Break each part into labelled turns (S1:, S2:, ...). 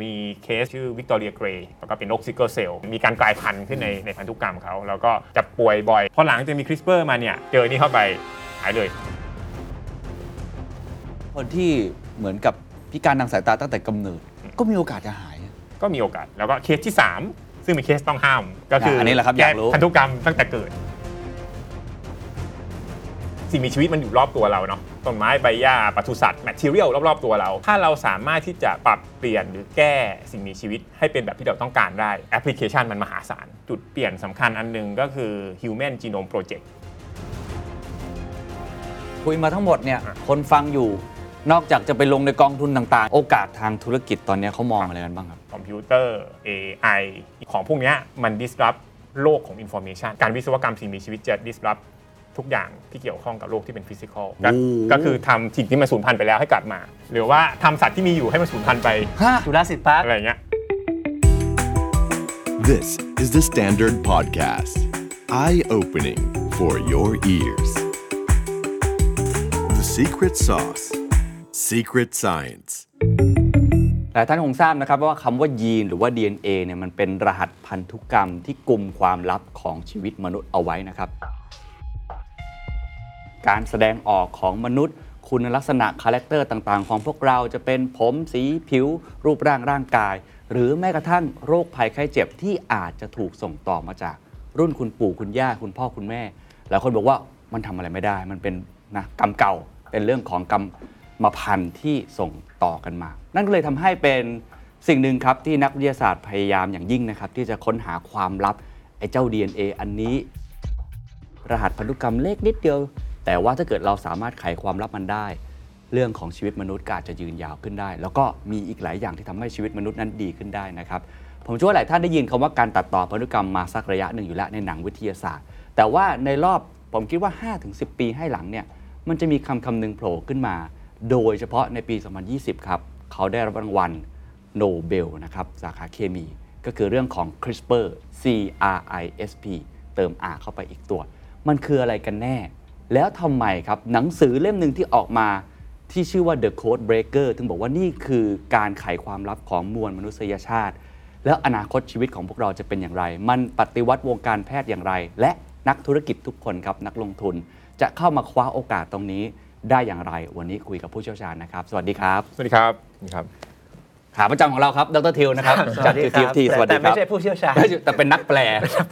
S1: มีเคสชื่อวิกตอเรียเกรย์แล้วก็เป็นโรคซิกเกิลเซลล์มีการกลายพันธุ์ขึ้นในในพันธุกรรมเขาแล้วก็จะป่วยบ่อยพอหลังจะมีคริสเปอร์มาเนี่ยเจอนี่เข้าไปหายเลย
S2: คนที่เหมือนกับพิการทางสายตาตั้งแต่กำเนิด ก็มีโอกาสจะหาย
S1: ก็มีโอกาส แล้วก็เคสที่ 3 ซึ่งเป็นเคสต้องห้าม ก็คืออน
S2: นี้แหละครับอยากรู้
S1: แพันธุกรรมตั้งแต่เกิด สิ่งมีชีวิตมันอยู่รอบตัวเราเนาะต้นไม้ใบหญ้าปศุสัตว์แมทเทียลรอบๆตัวเรา ถ้าเราสามารถที่จะปรับเปลี่ยนหรือแก้สิ่งมีชีวิตให้เป็นแบบที่เราต้องการได้แอปพลิเคชันมันมหาศาล จุดเปลี่ยนสำคัญอันหนึงก็คือ Human Genome Project
S2: คุยมาทั้งหมดเนี่ย
S1: อ่ะ
S2: คนฟังอยู่ นอกจากจะไปลงในกองทุนต่างๆ โอกาสทางธุรกิจตอนเนี้ยเขามองอะไรกันบ้างครับ
S1: คอมพิวเตอร์ AI ของพวกเนี้ยมัน disrupt โลกของ information การวิศวกรรมสิ่งมีชีวิตจะ disrupt ทุกอย่างที่เกี่ยวข้องกับโลกที่เป็นฟิสิกอล
S2: โอ้
S1: ก็คือทำสิ่งที่มันสูญพันธุ์ไปแล้วให้กลับมา หรือว่าทำสัตว์ที่มีอยู่ให้มันสูญพันธุ์ไป
S3: จุฬาสิทธิ์พัก
S1: อะไรอย่างเงี้ย
S4: This is the Standard Podcast. Eye opening for your ears. The Secret Sauce. Secret Science.
S2: หลายท่านคงทราบนะครับว่าคำว่ายีนหรือว่า DNA เนี่ยมันเป็นรหัสพันธุกรรมที่กลุ่มความลับของชีวิตมนุษย์เอาไว้นะครับ การแสดงออกของมนุษย์ คุณลักษณะคาแรคเตอร์ต่างๆ ของพวกเราจะเป็นผมสีผิว รูปร่างร่างกาย หรือแม้กระทั่งโรคภัยไข้เจ็บที่อาจจะถูกส่งต่อมาจาก รุ่นคุณปู่คุณย่าคุณพ่อคุณแม่หลายคนบอกว่ามันทำอะไรไม่ได้ มันเป็นนะกรรมเก่าเป็นเรื่องของกรรมมาพันธุ์ที่ส่งต่อกันมา นั่นก็เลยทำให้เป็นสิ่งหนึ่งครับที่นักวิทยาศาสตร์พยายามอย่างยิ่งนะครับที่จะค้นหาความลับไอ้เจ้า DNA อันนี้ รหัสพันธุกรรมเล็กนิดเดียว แต่ว่าถ้าเกิดเราสามารถไขความลับมันได้ เรื่องของชีวิตมนุษย์ก็อาจจะยืนยาวขึ้นได้ แล้วก็มีอีกหลายอย่างที่ทำให้ชีวิตมนุษย์นั้นดีขึ้นได้นะครับ ผมเชื่อว่าหลายท่านได้ยินคำว่าการตัดต่อพันธุกรรมมาสักระยะหนึ่งอยู่แล้วในหนังวิทยาศาสตร์ แต่ว่าในรอบผมคิดว่า 5-10 ปีให้หลังเนี่ยมันจะมีคำคำหนึ่งโผล่ขึ้นมา โดยเฉพาะในปี 2020 ครับเขาได้รับรางวัล โนเบลนะครับ สาขาเคมีก็คือเรื่องของ CRISPR CRISP เติม R เข้าไปอีกตัว มันคืออะไรกันแน่ แล้วทำไมครับ หนังสือเล่มหนึ่งที่ออกมาที่ชื่อว่า The Code Breaker ถึงบอกว่านี่คือการไขความลับของมวลมนุษยชาติ แล้วอนาคตชีวิตของพวกเราจะเป็นอย่างไร มันปฏิวัติวงการแพทย์อย่างไร และนักธุรกิจทุกคนครับ นักลงทุน จะเข้ามาคว้าโอกาสตรงนี้ได้อย่างไร วันนี้คุยกับผู้เชี่ยวชาญนะครับ สวัสดีครับ
S1: สวัสดีครับนี่ครับ
S2: ขาประจำของเราครับดรทิวนะครับจากทิวทิวทีสวัสดี
S3: แต่
S2: ค
S3: ไม่
S2: รับ
S3: ใช่ผู้เชี่ยวชาญ
S2: ไม่ใช่แต่เป็นนักแปล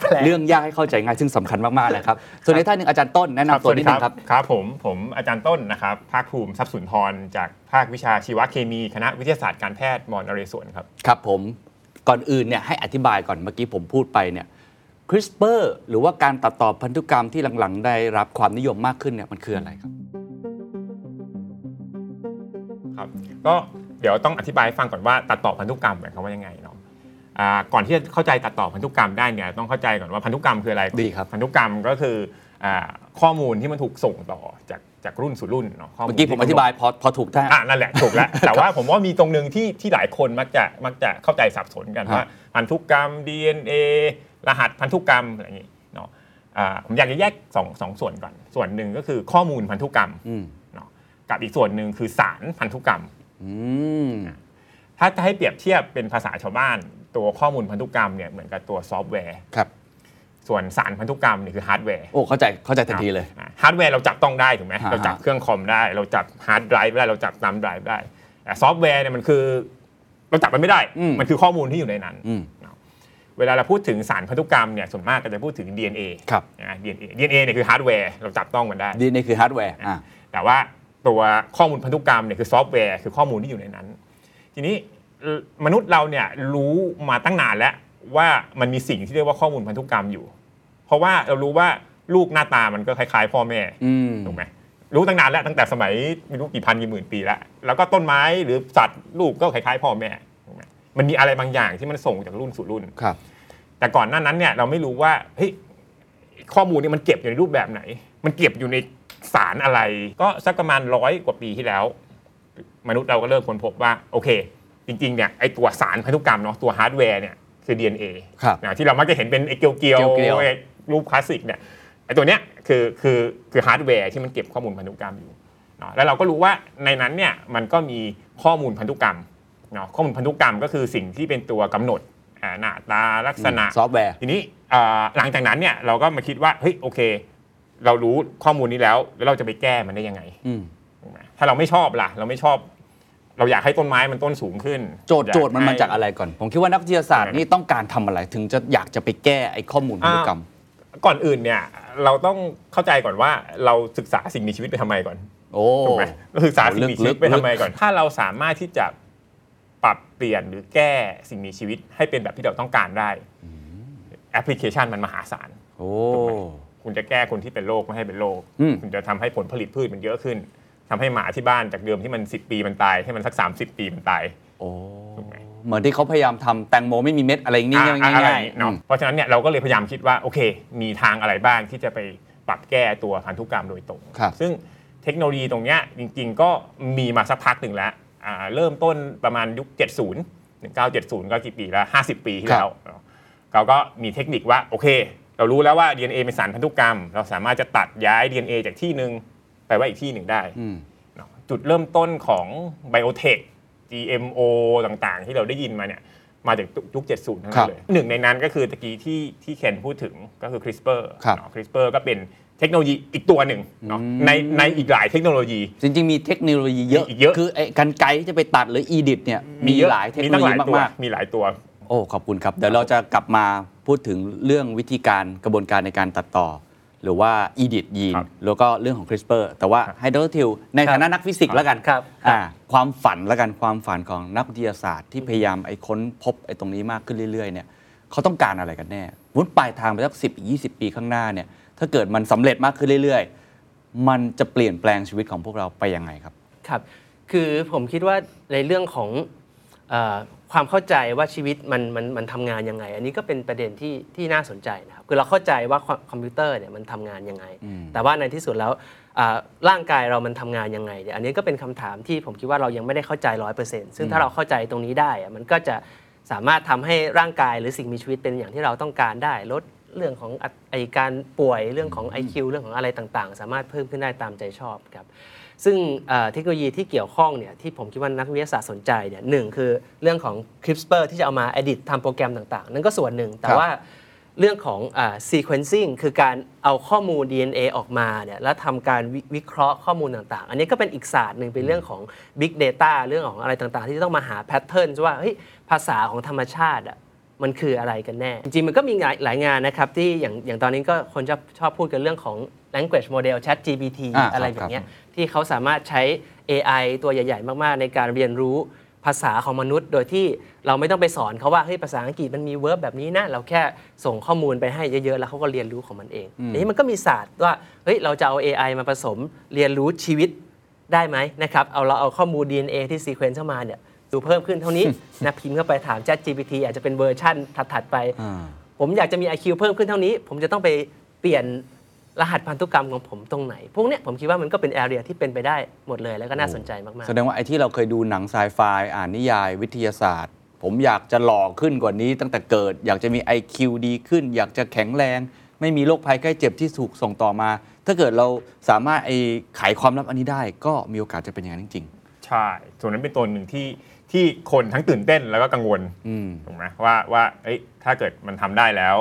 S3: แปล
S2: เรื่องยากให้เข้าใจง่ายซึ่งสำคัญมาก ๆ นะครับ ส่วนในท่านหนึ่งอาจารย์ต้นแนะนำตัวนิดนึงครับ
S1: ครับผมผมอาจารย์ต้นนะครับภาคภูมิทรัพย์สุนทรจากภาควิชาชีวเคมีคณะวิทยาศาสตร์การแพทย์มอนเรศวรครับ
S2: ครับผมก่อนอื่นเนี่ยให้อธิบายก่อนเมื่อกี้ผมพูดไปเนี่ยคริสเปอร์หรือว่าการตัดต่อพันธุกรรมที่หลัง ๆ ได้รับความนิยมมากขึ้นเนี่ยมันคืออะไรครับ
S1: ครับก็เดี๋ยวต้องอธิบายให้ฟังก่อนว่าตัดต่อพันธุกรรมหมายความว่ายังไงเนาะอ่าก่อนที่จะเข้าใจตัดต่อพันธุกรรมได้เนี่ยต้องเข้าใจก่อนว่าพันธุกรรมคืออะไร
S2: ดีครับ
S1: พันธุกรรมก็คืออ่าข้อมูลที่มันถูกส่งต่อจากจากรุ่นสู่รุ่นเนาะข้อมูล
S2: เมื่อกี้ผมอธิบายพอพอถูกท่า
S1: อ่ะนั่นแหละถูก แล้ว แต่ว่าผมว่ามีตรงหนึงที่ที่หลายคนมักจะมักจะเข้าใจสับสนกัน
S2: ครับ
S1: ว่าพันธุกรรม DNA รหัสพันธุกรรมอะไรอย่างงี้เนาะอ่าผมอยากจะแยกสองสองส่วนก่อนส่วนหนึ่งก็คือข้อมูลพันธุกรรม
S2: อืม
S1: เนาะกับอีกส่วนหนึ่งคือสารพันธุกรรม
S2: อืม
S1: ถ้าจะให้เปรียบเทียบเป็นภาษาชาวบ้าน ตัวข้อมูลพันธุกรรมเนี่ยเหมือนกับตัวซอฟต์แวร์
S2: ครับ
S1: ส่วนสารพันธุกรรมเนี่ยคือฮาร์ดแวร์
S2: โอ้เข้าใจเข้าใจทันทีเลย
S1: อ่ะฮาร์ดแวร์เราจับต้องได้ถูกไหม
S2: ฮะ
S1: เราจับเครื่องคอมได้ เราจับฮาร์ดไดรฟ์ได้เราจับตามไดรฟ์ได้แต่ซอฟต์แวร์เนี่ยมันคือเราจับมันไม่ได้ มันคือข้อมูลที่อยู่ในนั้น
S2: อืม
S1: เวลาเราพูดถึงสารพันธุกรรมเนี่ยส่วนมากก็จะพูดถึง DNA
S2: ครับ
S1: นะ DNA DNA เนี่ยคือฮาร์ดแวร์เราจับต้องมันได้
S2: นี่นี่คือฮาร์ดแวร์อ่ะ
S1: แต่ว่าตัวข้อมูลพันธุกรรมเนี่ยคือซอฟต์แวร์คือข้อมูลที่อยู่ในนั้น ทีนี้เอ่อมนุษย์เราเนี่ยรู้มาตั้งนานแล้วว่ามันมีสิ่งที่เรียกว่าข้อมูลพันธุกรรมอยู่ เพราะว่าเรารู้ว่าลูกหน้าตามันก็คล้ายๆ พ่อแม่
S2: อืม
S1: ถูกไหมรู้ตั้งนานแล้วตั้งแต่สมัยไม่รู้กี่พันกี่หมื่นปีแล้วแล้วก็ต้นไม้หรือสัตว์ลูกก็คล้ายๆ พ่อแม่ถูกไหมมันมีอะไรบางอย่างที่มันส่งจากรุ่นสู่รุ่น
S2: ครับ
S1: แต่ก่อนหน้านั้นเนี่ยเราไม่รู้ว่าเฮ้ยข้อมูลเนี่ยมันเก็บอยู่ในรูปแบบไหน มันเก็บอยู่ในสารอะไร ก็สักประมาณร้อยกว่าปีที่แล้ว มนุษย์เราก็เริ่มค้นพบว่า โอเค จริงๆเนี่ยไอตัวสารพันธุกรรมเนาะตัวฮาร์ดแวร์เนี่ยคือ DNA
S2: ครับ
S1: นะที่เรามักจะเห็นเป็นไอเกลียวเกียว
S2: เกลียวๆ
S1: รูปคลาสสิกเนี่ยไอตัวเนี้ยคือคือคือฮาร์ดแวร์ที่มันเก็บข้อมูลพันธุกรรมอยู่เนาะแล้วเราก็รู้ว่าในนั้นเนี่ยมันก็มีข้อมูลพันธุกรรม เนาะข้อมูลพันธุกรรมก็คือสิ่งที่เป็นตัวกำหนดอ่าหน้าตาลักษณะ
S2: ซอฟต์แวร์
S1: ทีนี้อ่าหลังจากนั้นเนี่ยเราก็มาคิดว่าเฮ้ยโอเค เรารู้ข้อมูลนี้แล้ว แล้วเราจะไปแก้มันได้ยังไง
S2: อืม
S1: ถูกไหมถ้าเราไม่ชอบล่ะ เราไม่ชอบ เราอยากให้ต้นไม้มันต้นสูงขึ้น
S2: โจทย์
S1: อย
S2: โจทย์มัน
S1: ให้
S2: มาจากอะไรก่อน ผมคิดว่านักวิทยาศาสตร์นี่ต้องการทำอะไร ถึงจะอยากจะไปแก้ไอ้ข้อมูลพันธุกรรม
S1: ก่อนอื่นเนี่ยเราต้องเข้าใจก่อนว่าเราศึกษาสิ่งมีชีวิตไปทำไมก่อน
S2: โอ้
S1: ถูกไหมเราศึกษาสิ่งมีชีวิตไปทำไมก่อน ถ้าเราสามารถที่จะปรับเปลี่ยนหรือแก้สิ่งมีชีวิตให้เป็นแบบที่เราต้องการได้แอปพลิเคชันมันมหาศาล
S2: โอ้
S1: ถูกไหม คุณจะแก้คนที่เป็นโรคไม่ให้เป็นโรค
S2: อืม
S1: คุณจะทำให้ผลผลิตพืชมันเยอะขึ้นทำให้หมาที่บ้านจากเดิมที่มัน 10 ปีมันตายให้มันสัก 30 ปีมันตาย
S2: โอ้
S1: ถูกไหม
S2: เหมือนที่เขาพยายามทำแตงโมไม่มีเม็ดอะไรอย่างนี้
S1: อ่ะ
S2: ง่ายๆ
S1: อะไร
S2: ง่าย
S1: เนาะเพราะฉะนั้นเนี่ยเราก็เลยพยายามคิดว่าโอเค มีทางอะไรบ้างที่จะไปปรับแก้ตัวพันธุกรรมโดยตรง
S2: ๆครับ
S1: ซึ่งเทคโนโลยีตรงเนี้ยจริงๆก็มีมาสักพักหนึ่งแล้วอ่าเริ่มต้นประมาณยุค 70 1970 ก็กี่ปีแล้ว 50 ปีที่แล้วเนอะเขาก็มีเทคนิคว่า โอเค เรารู้แล้วว่า DNA เป็นสารพันธุกรรม เราสามารถจะตัดย้าย DNA จากที่หนึ่งไปไว้อีกที่หนึ่งได้
S2: อืม
S1: เนอะจุดเริ่มต้นของไบโอเทค GMO ต่างๆ ที่เราได้ยินมาเนี่ยมาจากยุค 70 ทั้ง
S2: ค
S1: นั้
S2: รั
S1: น
S2: บ
S1: เลยหนึ่งในนั้นก็คือตะกี้ที่ที่เคนพูดถึงก็คือ CRISPR
S2: ครับ
S1: เนาะ CRISPR ก็เป็นเทคโนโลยีอีกตัวหนึ่งเนาะ
S2: อืม
S1: ในในอีกหลายเทคโนโลยี
S2: จริงๆ มีเทคโนโลยีเยอะ
S1: มีเยอะ
S2: คือไอ้กันไกรที่จะไปตัดหรืออีดิทเนี่ย มีหลายเทคโน
S1: ตั้
S2: โล
S1: งห
S2: ยี
S1: ลายตัว
S2: มาก
S1: มีหลายตัว
S2: ๆ โอ้ ขอบคุณครับ เดี๋ยวเราจะกลับมาพูดถึงเรื่องวิธีการกระบวนการในการตัดต่อ หรือว่าอีดิทยีน
S1: ครับ
S2: แล้วก็เรื่องของ CRISPR แต่ว่าไฮโดรทิวในฐานะนักฟิสิกส์แล้วกัน
S3: ครับ
S2: อ่าความฝันแล้วกันความฝันของนักวิทยาศาสตร์ที่พยายามไอ้ค้นพบไอ้ตรงนี้มากขึ้นเรื่อยๆเนี่ยเขาต้องการอะไรกันแน่วุ้นปลายทางไปสักสิบยี่สิบปีข้างหน้าเนี่ยถ้าเกิดมันสำเร็จมากขึ้นเรื่อยๆ มันจะเปลี่ยนแปลงชีวิตของพวกเราไปยังไงครับ
S3: ครับ คือผมคิดว่าในเรื่องของเออความเข้าใจว่าชีวิตมันมันมันทำงานยังไง อันนี้ก็เป็นประเด็นที่ที่น่าสนใจนะครับ คือเราเข้าใจว่าคอมคอมพิวเตอร์เนี่ยมันทำงานยังไง
S2: อืม
S3: แต่ว่าในที่สุดแล้วอ่าร่างกายเรามันทำงานยังไงเนี่ยอันนี้ก็เป็นคำถามที่ผมคิดว่าเรายังไม่ได้เข้าใจร้อยเปอร์เซ็นต์ซึ่งถ้าเราเข้าใจตรงนี้ได้อะมันก็จะสามารถทำให้ร่างกายหรือสิ่งมีชีวิตเป็นอย่างที่เราต้องการได้ลดเรื่องของอัตไอการป่วยเรื่องของ IQ เรื่องของอะไรต่างๆ สามารถเพิ่มขึ้นได้ตามใจชอบครับ ซึ่งเอ่อเทคโนโลยีที่เกี่ยวข้องเนี่ยที่ผมคิดว่านักวิทยาศาสตร์สนใจเนี่ยหนึ่งคือเรื่องของ CRISPR ที่จะเอามา edit ทำโปรแกรมต่างๆ นั่นก็ส่วนหนึ่ง แต่
S2: ครับ
S3: ว่าเรื่องของอ่า sequencing คือการเอาข้อมูล DNA ออกมาเนี่ยแล้วทำการวิวิเคราะห์ข้อมูลต่างๆ อันนี้ก็เป็นอีกศาสตร์หนึ่งเป็นเรื่องของ big data เรื่องของอะไรต่างๆ ที่จะต้องมาหา pattern ว่าเฮ้ยภาษาของธรรมชาติอะมันคืออะไรกันแน่ จริงๆ มันก็มีหลายหลายงานนะครับที่อย่างอย่างตอนนี้ก็คนชอบชอบพูดกันเรื่องของ language model chat GPT
S2: อ่าครับ
S3: อะไรแบบเนี้
S2: ครั
S3: ย
S2: บ
S3: ที่เขาสามารถใช้ AI ตัวใหญ่ ๆ มาก ๆ ในการเรียนรู้ภาษาของมนุษย์ โดยที่เราไม่ต้องไปสอนเขาว่าเฮ้ยภาษาอังกฤษมันมีเวิร์บแบบนี้นะ เราแค่ส่งข้อมูลไปให้เยอะ ๆ แล้วเขาก็เรียนรู้ของมันเองทีนี้มันก็มีศาสตร์ว่าเฮ้ยเราจะเอา AI มาผสมเรียนรู้ชีวิตได้ไหมนะครับ เอาเราเอาข้อมูล DNA ที่ซีเควนซ์เข้ามาเนี่ยดูเพิ่มขึ้นเท่านี้ นะพิมพ์เข้าไปถาม ChatGPT อาจจะเป็นเวอร์ชั่นถัดๆไป
S2: อ่า
S3: ผมอยากจะมี IQ เพิ่มขึ้นเท่านี้ ผมจะต้องไปเปลี่ยนรหัสพันธุกรรมของผมตรงไหน พวกเนี้ยผมคิดว่ามันก็เป็นแอเรียที่เป็นไปได้หมดเลยแล้วก็น่าสนใจมาก
S2: แสดงว่าไอ้ที่เราเคยดูหนังไซไฟอ่านนิยายวิทยาศาสตร์ ผมอยากจะหล่อขึ้นกว่านี้ตั้งแต่เกิด อยากจะมี IQ ดีขึ้น อยากจะแข็งแรง ไม่มีโรคภัยใกล้เจ็บที่ถูกส่งต่อมา ถ้าเกิดเราสามารถไอ้ไขความลับอันนี้ได้ ก็มีโอกาสจะเป็นอย่างนั้นจริง
S1: ใช่ส่วนนั้นเป็นตัวหนึ่งที่ที่คนทั้งตื่นเต้นแล้วก็กังวล
S2: ๆ อืม
S1: ถูกไหมว่าว่าเอ้ยถ้าเกิดมันทำได้แล้ว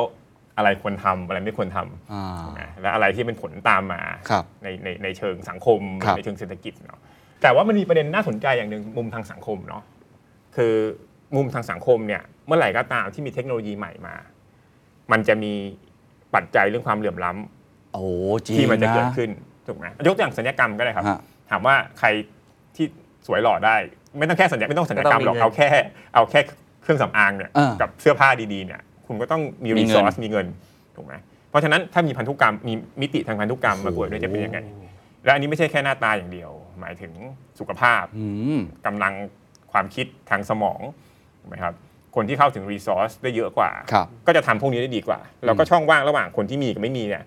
S1: อะไรควรทำอะไรไม่ควรทำ
S2: อ่า
S1: นะและอะไรที่เป็นผลตามมา
S2: ครับ
S1: ในในในเชิงสังคม
S2: ครับ
S1: ในเชิงเศรษฐกิจเนาะแต่ว่ามันมีประเด็นน่าสนใจอย่างหนึ่งมุมทางสังคมเนาะคือมุมทางสังคมเนี่ยเมื่อไหร่ก็ตามที่มีเทคโนโลยีใหม่มา มันจะมีปัจจัยเรื่องความเหลื่อมล้ำ
S2: โอ้โหจริง
S1: ที่มันจะเกิด
S2: นะ
S1: ขึ้นถูกไหมยกตัวอย่างสัญญกรรมก็ได้ครับ
S2: ฮะ
S1: ถามว่าใครที่สวยหล่อได้ ไม่ต้องแค่สัญญาไม่ต้องสัญญกรรมหรอก
S3: ไม่ต้องมีเงิน
S1: เอาแค่เอาแค่เครื่องสำอางเนี่ย
S2: อ่ากั
S1: กับเสื้อผ้าดีๆเนี่ยคุณก็ต้องมี
S2: มี
S1: รี
S2: เงิ
S1: ซ
S2: น
S1: อสมีเงินถูกไหมเพราะฉะนั้นถ้ามีพันธุกรรมมีมิติทางพันธุกรรมมาบวกด้วยจะเป็นยังไง และอันนี้ไม่ใช่แค่หน้าตาอย่างเดียว หมายถึงสุขภาพ
S2: อืม
S1: กำลังความคิดทางสมองถูกไหมครับคนที่เข้าถึงรีซอสได้เยอะกว่า
S2: ครับ
S1: ก็จะทำพวกนี้ได้ดีกว่า แล้วก็ช่องว่างระหว่างคนที่มีกับไม่มีเนี่ย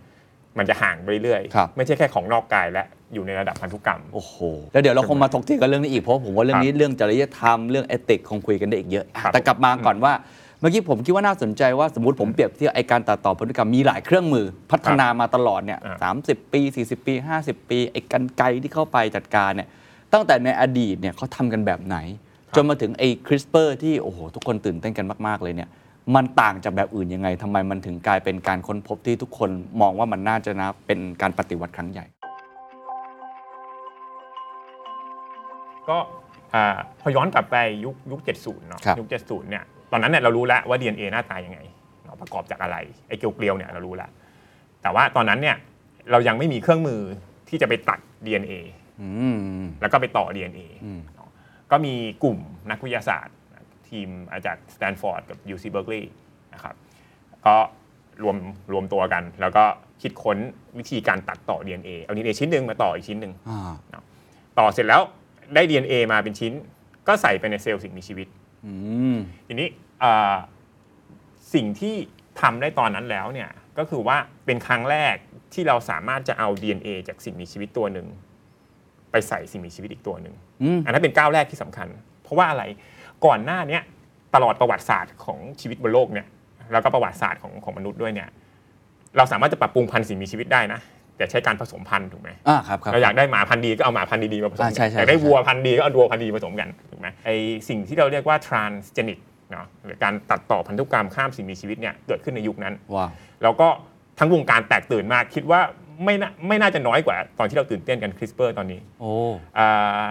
S1: มันจะห่างไปเรื่อย
S2: ครับ
S1: ไม่ใช่แค่ของนอกกายและอยู่ในระดับพันธุกรรม
S2: โอ้โห แล้วเดี๋ยวเราคงมาถกเถียงกันเรื่องนี้อีก เพราะผมว่าเรื่องนี้เรื่องจริยธรรมเรื่องเอติกคงคุยกันได้อีกเยอะ
S1: ครับ
S2: แต่กลับมาก่อนว่า เมื่อกี้ผมคิดว่าน่าสนใจว่าสมมติผมเปรียบเทียบไอการตัดต่อพันธุกรรมมีหลายเครื่องมือ พัฒนามาตลอดเนี่ย
S1: อ่า
S2: สามสิบปี 40 ปี 50 ปีไอกันไกรที่เข้าไปจัดการเนี่ยตั้งแต่ในอดีตเนี่ยเขาทำกันแบบไหน จนมาถึงไอ้คริสเปอร์ที่โอ้โหทุกคนตื่นเต้นกันมาก ๆ เลยเนี่ย มันต่างจากแบบอื่นยังไงทำไมมันถึงกลายเป็นการค้นพบที่ทุกคนมองว่ามันน่าจะนะเป็นการปฏิวัติครั้งใหญ่
S1: ก็อ่าพอย้อนกลับไปยุคยุค 70 เนาะ
S2: ครับ
S1: ยุค 70 เนี่ยตอนนั้นเนี่ยเรารู้แล้วว่า DNA หน้าตายังไงเนาะประกอบจากอะไรไอ้เกลียวๆเนี่ยเรารู้แล้ว แต่ว่าตอนนั้นเนี่ยเรายังไม่มีเครื่องมือที่จะไปตัด DNA
S2: อืม
S1: แล้วก็ไปต่อ DNA
S2: อืม
S1: เนาะก็มีกลุ่มนักวิทยาศาสตร์ ทีมอาจากสแตนฟอร์ดกับ UC Berkeley นะครับก็รวมรวมตัวกัน แล้วก็คิดค้นวิธีการตัดต่อ DNA เอา DNA ชิ้นหนึ่งมาต่ออีกชิ้นหนึ่ง
S2: อ่า
S1: ต่อเสร็จแล้วได้ DNA มาเป็นชิ้น ก็ใส่ไปในเซลล์สิ่งมีชีวิต
S2: อืม
S1: ทีนี้เอ่อสิ่งที่ทำได้ตอนนั้นแล้วเนี่ยก็คือว่าเป็นครั้งแรกที่เราสามารถจะเอา DNA จากสิ่งมีชีวิตตัวหนึ่ง ไปใส่สิ่งมีชีวิตอีกตัวหนึ่ง
S2: อืม
S1: อันนั้นเป็นก้าวแรกที่สำคัญ เพราะว่าอะไรก่อนหน้าเนี้ยตลอดประวัติศาสตร์ของชีวิตบนโลกเนี่ยแล้วก็ประวัติศาสตร์ของของมนุษย์ด้วยเนี่ยเราสามารถจะปรับปรุงพันธุ์สิ่งมีชีวิตได้นะ แต่ใช้การผสมพันธุ์ถูกไหม
S2: อ่าครับครับ
S1: เราอยากได้หมาพันธุ์ดีก็เอาหมาพันธุ์ดีๆมาผสมกั
S2: อ่าใช่ใช่
S1: อยากได้
S2: ใช่
S1: วัวพันธุ์ดีก็เอาวัวพันธุ์ดีผสมกันถูกไหมไอสิ่งที่เราเรียกว่า transgenic เนาะหรือการตัดต่อพันธุกรรมข้ามสิ่งมีชีวิตเนี่ยเกิดขึ้นในยุคนั้น
S2: ว้าว
S1: แล้วก็ทั้งวงการแตกตื่นมากคิดว่าไม่น่าไม่น่าจะน้อยกว่าตอนที่เราตื่นเต้นกันคริสเปอร์ตอนนี้
S2: โอ้
S1: อ่า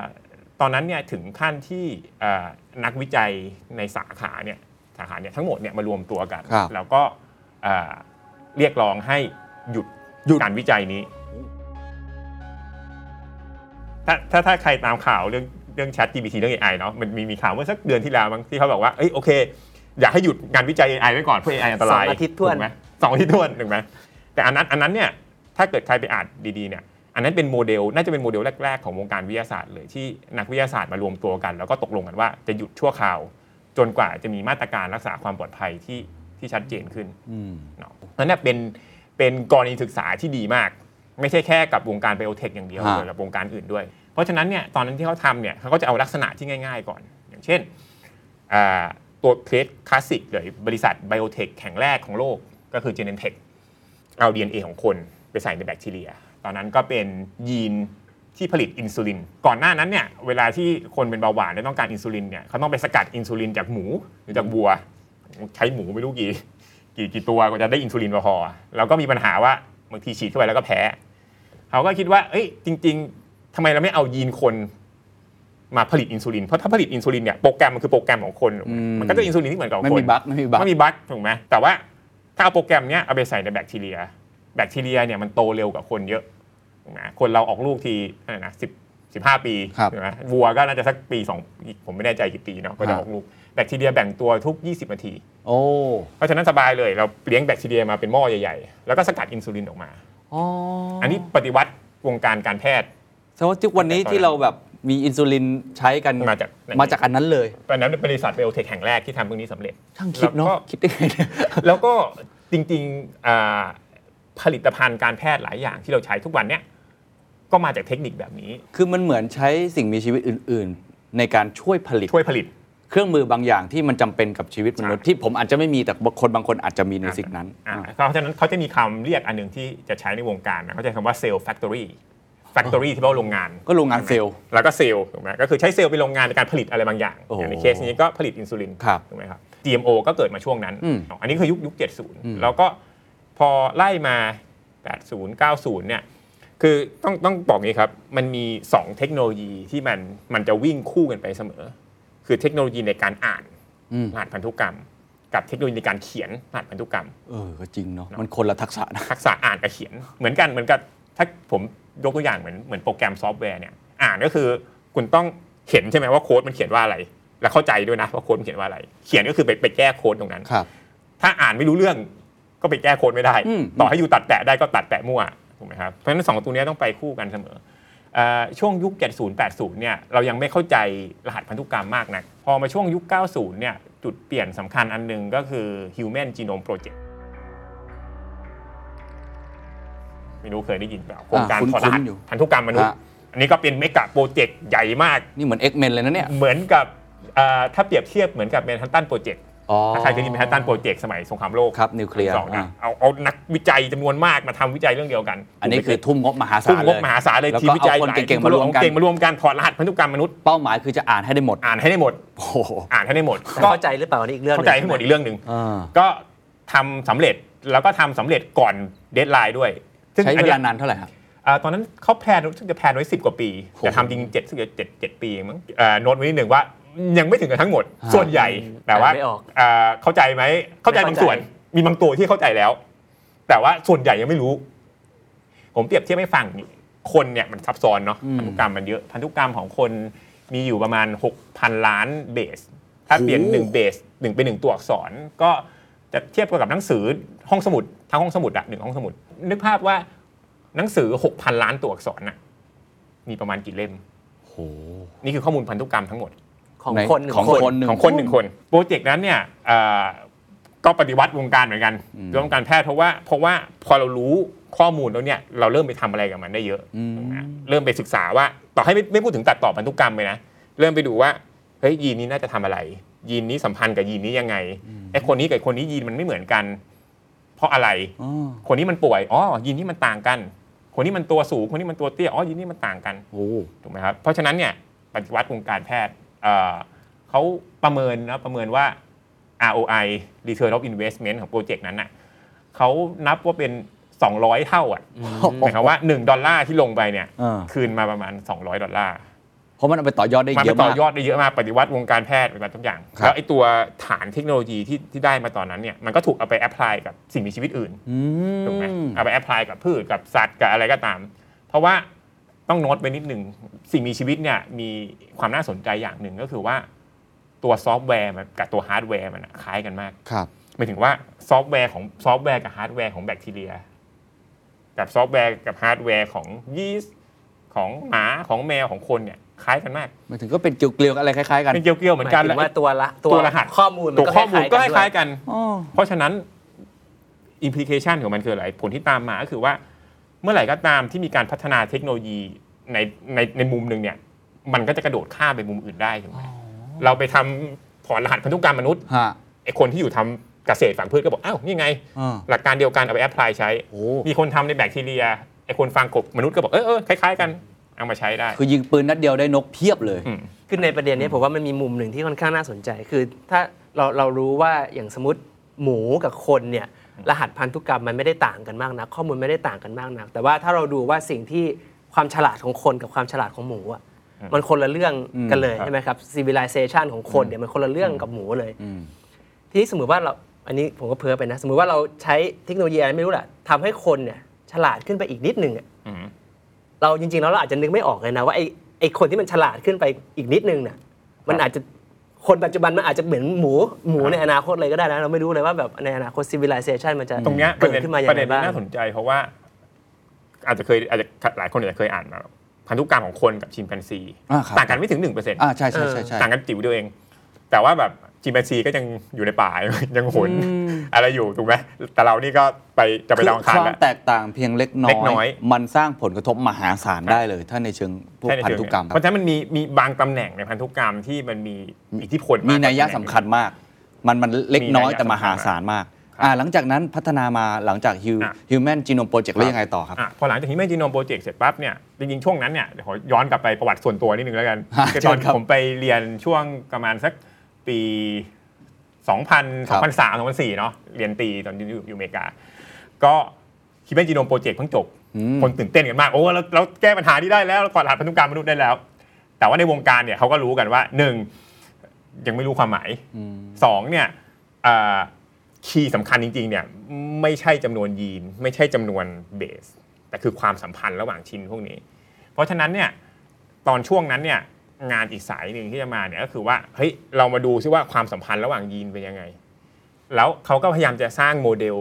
S1: ตอนนั้นเนี่ยถึงขั้นที่อ่านักวิจัยในสาขาเนี่ยสาขาเนี่ยทั้งหมดเนี่ยมารวมตัวกัน แล้วก็อ่าเรียกร้องให้หยุด
S2: หยุด
S1: การวิจัยนี้ ถ้าถ้าถ้าใครตามข่าวเรื่องเรื่อง Chat GPT เรื่อง AI เนาะมันมีมีข่าวเมื่อสักเดือนที่แล้วมั้งที่เขาบอกว่า เอ้ยโอเค อยากให้หยุดงานวิจัย AI ไว้ก่อนเพราะ AI อันตราย
S3: สองอาทิตย์ถ้วน
S1: กไหมสองอาทิตย์ท้วนถูกไหมแต่อันนั้นอันนั้นเนี่ยถ้าเกิดใครไปอ่านดีๆเนี่ยอันนั้นเป็นโมเดลน่าจะเป็นโมเดลแรก ๆ ของวงการวิทยาศาสตร์เลยที่นักวิทยาศาสตร์มารวมตัวกัน แล้วก็ตกลงกันว่าจะหยุดชั่วคราว จนกว่าจะมีมาตรการรักษาความปลอดภัยที่ที่ชัดเจนขึ้น
S2: อืม
S1: เนาะนั่นนะเป็นเป็นกรณีศึกษาที่ดีมาก ไม่ใช่แค่กับวงการไบโอเทคอย่างเดียว
S2: ฮะ
S1: แต่กับวงการอื่นด้วย เพราะฉะนั้นเนี่ยตอนนั้นที่เขาทำเนี่ยเขาก็จะเอาลักษณะที่ง่ายๆก่อน อย่างเช่นอ่าตัวเคสคลาสสิกเลยบริษัทไบโอเทคแห่งแรกของโลกก็คือ g e n e t e c h เอา DNA ของคนไปใส่ในแบคทีเรีย ตอนนั้นก็เป็นยีนที่ผลิตอินซูลิน ก่อนหน้านั้นเนี่ยเวลาที่คนเป็นเบาหวานและต้องการอินซูลินเนี่ยเขาต้องไปสกัดอินซูลินจากหมูหรือจากวัว ใช้หมูไม่รู้กี่ กี่กี่ตัวกว่าจะได้อินซูลินมาพอแล้วก็มีปัญหาว่าบางทีฉีดเข้าไปแล้วก็แพ้ เขาก็คิดว่า เอ้ย จริง ๆทำไมเราไม่เอายีนคนมาผลิตอินซูลิน เพราะถ้าผลิตอินซูลินเนี่ยโปรแกรมมันคือโปรแกรมของคนถูกไหม
S2: อืม
S1: มันก็จะอินซูลินที่เหมือนกับ
S2: ไม่
S1: คน
S2: มีบั๊กไม่มีบั๊ก
S1: ไม่มีบั๊กถูกไหมแต่ว่าถ้าเอาโปรแกรมเนี้ยเอาไปใส่ในแบคทีเรีย แบคทีเรียเนี่ยมันโตเร็วกว่าคนเยอะถูกไหมคนเราออกลูกทีเท่าไหร่นะสิบสิบห้าปี
S2: ครับ
S1: ถูกไหมวัวก็น่าจะสักปีสองผมไม่แน่ใจกี่ปีเนาะก็
S2: ครั
S1: จะ
S2: บ
S1: ออกลูกแบคทีเรียแบ่งตัวทุก 20นาที
S2: โอ้
S1: เพราะฉะนั้นสบายเลยเราเลี้ยงแบคทีเรียมาเป็นหม้อใหญ่ๆ แล้วก็สกัดอินซูลินออกมา
S2: อ๋อ
S1: อันนี้ปฏิวัติวงการการแพทย์
S2: แสดงว่าทุกวันนี้ที่เราแบบมีอินซูลินใช้กัน
S1: มาจากไหน
S2: มาจากอันนั้นเลย
S1: ตอนนั้นเป็นบริษัทไบโอเทคแห่งแรกที่ทำเรื่องนี้สำเร็จ
S2: ช่างคิดเนาะ
S1: แล้วก็
S2: คิดได้ไงเนี่ย
S1: แล้วก็จริงๆอ่าผลิตภัณฑ์การแพทย์หลายอย่างที่เราใช้ทุกวันเนี่ยก็มาจากเทคนิคแบบนี้
S2: คือมันเหมือนใช้สิ่งมีชีวิตอื่น ๆ ในการช่วยผลิต
S1: ช่วยผลิต
S2: เครื่องมือบางอย่างที่มันจำเป็นกับชีวิตมนุษย์ที่ผมอาจจะไม่มีแต่คนบางคนอาจจะมีใน
S1: อ่า
S2: สิ่งนั้น
S1: อ่า
S2: อ่า
S1: เพราะฉะนั้นเขาจะมีคำเรียกอันหนึ่งที่จะใช้ในวงการนะเขาจะใช้คำว่าเซลล์แฟคทอรี่แฟคทอรี่ที่แปลว่าโรงงาน
S2: ก็โรงงานเซลล์
S1: แล้วก็เซลล์ถูกไหมก็คือใช้เซลล์เป็นโรงงานในการผลิตอะไรบางอย่าง
S2: โอ้โห
S1: อย่างในเคสนี้ก็ผลิตอินซูลิน
S2: ครับ
S1: ถูกไหมครับ GMO ก็เกิดมาช่วงนั้น
S2: อืม
S1: เนาะอันนี้คือยุคยุค
S2: อืม
S1: 70 แล้วก็พอไล่มา 80 90 เนี่ยคือต้องต้องบอกงี้ครับ มันมี 2 เทคโนโลยีที่มันมันจะวิ่งคู่กันไปเสมอ คือเทคโนโลยีในการอ่าน
S2: อืม
S1: รหัสพันธุกรรม กับเทคโนโลยีในการเขียนรหัสพันธุกรรม
S2: เออก็จริงเนาะมันคนละทักษะนะ
S1: ทักษะอ่านกับเขียนเหมือนกันเหมือนกับถ้าผมยกตัวอย่างเหมือนเหมือนโปรแกรมซอฟต์แวร์เนี่ยอ่านก็คือคุณต้องเห็นใช่ไหมว่าโค้ดมันเขียนว่าอะไร แล้วเข้าใจด้วยนะว่าโค้ดมันเขียนว่าอะไร เขียนก็คือไปไปแก้โค้ดตรงนั้น
S2: ครับ
S1: ถ้าอ่านไม่รู้เรื่องก็ไปแก้โค้ดไม่ได้
S2: อืม
S1: ต่อให้อยู่ตัดแปะได้ก็ตัดแปะมั่วถูกไหมครับเพราะฉะนั้นสองตัวเนี้ยต้องไปคู่กันเสมอเอ่อช่วงยุค 70 80 เนี่ยเรายังไม่เข้าใจรหัสพันธุกรรมมากนักพอมาช่วงยุค 90 เนี่ยจุดเปลี่ยนสำคัญอันหนึงก็คือ Human Genome Project ไม่รู้เคยได้ยินเปล่าโครงการ
S2: อ่าคุ้นๆ
S1: ถอดรหัส
S2: อยู่
S1: พันธุกรรมมนุษย์
S2: ฮะ
S1: อันนี้ก็เป็นเมกะโปรเจกต์ใหญ่มาก
S2: นี่เหมือน X-Men เลยนะเนี่ย
S1: เหมือนกับเอ่อถ้าเปรียบเทียบเหมือนกับแมนฮัตตันโปรเจกต์
S2: อ๋อ
S1: ถ้าใครเคยได้ยินแมนฮัตตันโปรเจกต์สมัยสงครามโลก
S2: ครับนิวเคลียร์
S1: สอง
S2: อ่ะ
S1: นะเอาเอานักวิจัยจำนวนมากมาทำวิจัยเรื่องเดียวกัน
S2: อันนี้คือทุ่มงบมหาศาล
S1: ทุ่มงบ
S2: เลย
S1: มหาศาลเลย
S2: แล้ว
S1: ทีม
S2: ก็
S1: วิ
S2: เอา
S1: จัย
S2: คน
S1: หลย
S2: เก่งๆมารวมกัน
S1: เก่งมารวมกันถอดรหัสพันธุกรรมมนุษย์
S2: เป้าหมายคือจะอ่านให้ได้หมด
S1: อ่านให้ได้หมด
S2: โอ้โห
S1: อ่านให้ได้หมด
S3: แต่
S1: ก็
S3: เข้าใจหรือเปล่าอันนี้อีกเรื่อง
S1: เข้าใจให้หมดอีกเรื่องหนึ่ง
S2: อ่า
S1: ก็ทำสำเร็จแล้วก็ทำสำเร็จก่อนเดทไลน์ด้วยซึ่ง
S2: ใช้
S1: อัน
S2: เว
S1: นี้ย
S2: ลานานเท่าไหร่ครับ
S1: เอ่อตอนนั้นเขาแพลนซึ่งจะแพลนไว้ 10 กว่าปี
S2: โห
S1: แต่ทำจริง7จ็ดซึ่งจะเจ็ดเจ็ดปีเองมั้งเอ่อโน้ตไว้นิดหนึ่งว่ายังไม่ถึงกับทั้งหมด
S2: อ่า
S1: ส่วนใหญ่แต่ว่า
S3: ไม่ออก
S1: เอ่อเข้าใจไหม เข้าใจบางส่วนมีบางตัวที่เข้าใจแล้ว แต่ว่าส่วนใหญ่ยังไม่รู้ ผมเปรียบเทียบให้ฟังคนเนี่ยมันซับซ้อนเนาะ
S2: อืม
S1: พันธุกรรมมันเยอะพันธุกรรมของคนมีอยู่ประมาณ 6,000 ล้านเบส ถ้าเปลี่ยน1เบสหนึ่งเป็นหนึ่งตัวอักษร ก็จะเทียบกับหนังสือห้องสมุดทั้งห้องสมุดอะหนึ่งห้องสมุด นึกภาพว่าหนังสือ 6,000 ล้านตัวอักษรน่ะมีประมาณกี่เล่ม
S2: โอ้โห
S1: นี่คือข้อมูลพันธุกรรมทั้งหมด
S3: ของ
S2: ไหน
S3: คนหนึ่ง
S2: ของ
S3: คน
S2: คน หง
S1: ของคนหนึ่งคนโปรเจกต์นั้นเนี่ยเอ่อก็ปฏิวัติวงการเหมือนกัน
S2: อืม
S1: เรื่องการแพทย์เพราะว่าเพราะว่าพอเรารู้ข้อมูลแล้วเนี่ยเราเริ่มไปทำอะไรกับมันได้เยอะ
S2: อืม
S1: นะเริ่มไปศึกษาว่าต่อให้ไม่ไม่พูดถึงตัดต่อพันธุกรรมเลยนะเริ่มไปดูว่าเฮ้ยยีนนี้น่าจะทำอะไร ยีนนี้สัมพันธ์กับยีนนี้ยังไงไอ้คนนี้กับคนนี้ยีนมันไม่เหมือนกัน เพราะอะไร
S2: อ๋อ
S1: คนนี้มันป่วยอ๋อยีนนี้มันต่างกัน คนนี้มันตัวสูงคนนี้มันตัวเตี้ยอ๋อยีนนี้มันต่างกัน
S2: โอ้โห
S1: ถูกไหมครับ เพราะฉะนั้นเนี่ยปฏิวัติวงการแพทย์เอ่อเขาประเมินนะประเมินว่า ROI Return of Investment ของโปรเจกต์นั้นน่ะเขานับว่าเป็น 200 เท่าอ่ะหมายความว่า 1 ดอลลาร์ที่ลงไปเนี่ย
S2: อ่า
S1: คืนมาประมาณ 200 ดอลลาร์
S2: เพราะมันเอาไปต่อยอดได้
S1: มันไป
S2: เยอะ
S1: ต่อ
S2: มา
S1: ก ยอดได้เยอะมากปฏิวัติวงการแพทย์ปฏิวัติทุกอย่าง
S2: ครับ
S1: แล้วไอ้ตัวฐานเทคโนโลยีที่ที่ได้มาตอนนั้นเนี่ยมันก็ถูกเอาไปแอพพลายกับสิ่งมีชีวิตอื่น
S2: อืม
S1: ถูกไหมเอาไปแอพพลายกับพืชกับสัตว์กับอะไรก็ตาม เพราะว่าต้องโน้ตไปนิดหนึ่งสิ่งมีชีวิตเนี่ยมีความน่าสนใจอย่างหนึ่งก็คือว่าตัวซอฟต์แวร์มันกับตัวฮาร์ดแวร์มันอะคล้ายกันมาก
S2: ครับ
S1: หมายถึงว่าซอฟต์แวร์ของซอฟต์แวร์กับฮาร์ดแวร์ของแบคทีเรีย กับซอฟต์แวร์กับฮาร์ดแวร์ของยีสต์ของหมาของแมวของคนเนี่ยคล้ายกันมาก
S2: มันถึงก็เป็นเกลียวๆอะไรคล้ายๆกัน
S1: เป็นเกลียวๆเหมือนกัน
S3: หมายถึงว่า
S1: และ
S3: ตัวละ
S1: ตัวรหัส
S3: ข้อมูลน
S1: ตัวข้อมูลก็คล้าย
S3: ๆ
S1: ๆกัน
S2: อ๋อ
S1: เพราะฉะนั้น implication ของมันคืออะไร ผลที่ตามมาก็คือว่า เมื่อไหร่ก็ตามที่มีการพัฒนาเทคโนโลยีในในในมุมหนึ่งเนี่ย มันก็จะกระโดดข้ามไปมุมอื่นได้ถูกไหมเราไปทำถอนรหัสพันธุกรรมมนุษย์
S2: ฮะ
S1: ไอคนที่อยู่ทำเกษตรฝังพืชก็บอก อ้าว นี่ไง
S2: อ่า
S1: หลักการเดียวกันเอาไปแอพพลายใช้
S2: โอ้
S1: มีคนทำในแบคทีเรียไอคนฟังกบมนุษย์ก็บอก เออเออคล้ายๆกัน เอามาใช้ได้
S2: คือยิงปืนนัดเดียวได้นกเพียบเลย
S1: อืม
S3: คือในประเด็นนี้ผมว่ามันมีมุมหนึ่งที่ค่อนข้างน่าสนใจ คือถ้าเราเรารู้ว่าอย่างสมมติหมูกับคนเนี่ยรหัสพันธุกรรมมันไม่ได้ต่างกันมากนัก ข้อมูลไม่ได้ต่างกันมากนัก แต่ว่าถ้าเราดูว่าสิ่งที่ความฉลาดของคนกับความฉลาดของหมูอะมันคนละเรื่องกันเลย
S1: ครับ
S3: ใช่ไหมครับ civilization ของคนเนี่ยมันคนละเรื่องกับหมูเลย
S2: อืม
S3: ทีนี้สมมติว่าเราอันนี้ผมก็เพ้อไปนะ สมมติว่าเราใช้เทคโนโลยีอะไรไม่รู้แหละทำให้คนเนี่ยฉลาดขึ้นไปอีกนิดหนึ่งอะ
S1: อืม
S3: เราจริงๆแล้วเราอาจจะนึกไม่ออกเลยนะ ว่าไอ้ไอ้คนที่มันฉลาดขึ้นไปอีกนิดนึงเนี่ยมันอาจจะคนปัจจุบันมันอาจจะเหมือนหมูหมู
S1: ครับ
S3: ในอนาคตเลยก็ได้นะเราไม่รู้เลยว่าแบบในอนาคต civilization มันจะ
S1: ตรงเนี้ยประ
S3: เกิด
S1: เด็น
S3: ขึ้นมาอย่า
S1: ป
S3: ง
S1: ระ
S3: ไร
S1: เด็น
S3: บ้า
S1: นี้
S3: ง
S1: น่าสนใจเพราะว่า อาจจะเคยอาจจะหลายคนอาจจะเคยอ่านมาพันธุกรรมของคนกับชิมแปนซี
S2: อ่าครับ
S1: ต่างกันไม่ถึงหนึ่งเปอร์เซ็นต์
S2: อ่าใช่ใช่ใช่ใช่
S1: ต่างกันจิ๋วเดียวเอง แต่ว่าแบบชิมแปนซีก็ยังอยู่ในป่า ยังหนอะไรอยู่ถูกไหมแต่เรานี่ก็ไปจะไป
S2: คือ
S1: ดาวอังคาร
S2: ความ
S1: แล้ว
S2: แตกต่างเพียงเล็กน้
S1: เล็กน้อย
S2: มันสร้างผลกระทบมหาศาลได้เลย ถ้าในเชิงพวก
S1: แค่ใน
S2: พัน
S1: เชิง
S2: ธุกรรม
S1: เพราะฉะนั้นมันมีมีบางตำแหน่งในพันธุกรรมที่มันมีอิทธิพลาก
S2: มีนัยยะสำคัญมาก มันมันเล็กน้อยแต่มหาศาลมากอ่าหลังจากนั้นพัฒนามาหลังจากฮิว
S1: อ่ะ
S2: ฮิวแมนจีโนมโปรเจกต์แล้วยังไงต่อครับ
S1: อ่ะพอหลังจากที่แม่จีโนมโปรเจกต์เสร็จปั๊บเนี่ยจริงๆ ช่วงนั้นเนี่ยเดี๋ยวขอย้อนกลับไปประวัติส่วนตัวนิดนึง แล้วกัน
S2: ฮะ
S1: คือตอน
S2: เชิญครับ
S1: ผมไปเรียนช่วงประมาณสักปี 2000
S2: ครับ
S1: 2003 2004 เนาะเรียนตรีตอนอยู่อยู่อเมริกา ก็คิดแม่จีโนมโปรเจกต์เพิ่งจบ
S2: อืม
S1: คนตื่นเต้นกันมาก โอ้เราเราแก้ปัญหานี้ได้แล้วเราถอดรหัสพันธุกรรมมนุษย์ได้แล้ว แต่ว่าในวงการเนี่ยเขาก็รู้กันว่าหนึ่งยังไม่รู้ความหมายสองเนี่ยคีย์สำคัญจริงๆเนี่ยไม่ใช่จำนวนยีน ไม่ใช่จำนวนเบส แต่คือความสัมพันธ์ระหว่างชิ้นพวกนี้ เพราะฉะนั้นเนี่ยตอนช่วงนั้นเนี่ยงานอีกสายหนึ่งที่จะมาเนี่ยก็คือว่าเฮ้ยเรามาดูซิว่าความสัมพันธ์ระหว่างยีนเป็นยังไง แล้วเขาก็พยายามจะสร้างโมเดล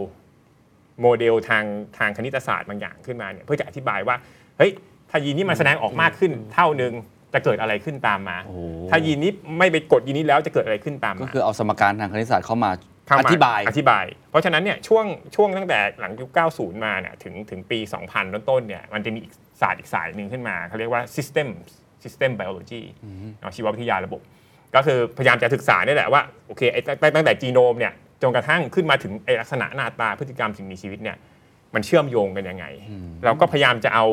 S1: โมเดลทางทางคณิตศาสตร์บางอย่างขึ้นมาเนี่ยเพื่อจะอธิบายว่าเฮ้ยถ้ายีนนี้มันแสดงออกมากขึ้นเท่านึงจะเกิดอะไรขึ้นตามมา
S2: โอ้โห
S1: ถ้ายีนนี้ไม่ไปกดยีนนี้แล้วจะเกิดอะไรขึ้นตาม
S2: ก็
S1: มา
S2: คือเอาสมการทางคณิตศาสตร์เข้ามา
S1: เข้ม
S2: อธิบาย
S1: อธิบาย เพราะฉะนั้นเนี่ยช่วงช่วงตั้งแต่หลังยุค 90 มาเนี่ยถึงถึงปี 2000 ต้นๆเนี่ยมันจะมีอีกศาสตร์อีกสายหนึ่งขึ้นมาเขาเรียกว่า systems system biology เนาะชีววิทยาระบบ ก็คือพยายามจะศึกษาเนี่ยแหละว่าโอเคไอ้ตั้งตั้งแต่จีโนมเนี่ยจนกระทั่งขึ้นมาถึงไอ้ลักษณะหน้าตาพฤติกรรมสิ่งมีชีวิตเนี่ยมันเชื่อมโยงกันยังไง เราก็พยายามจะเอา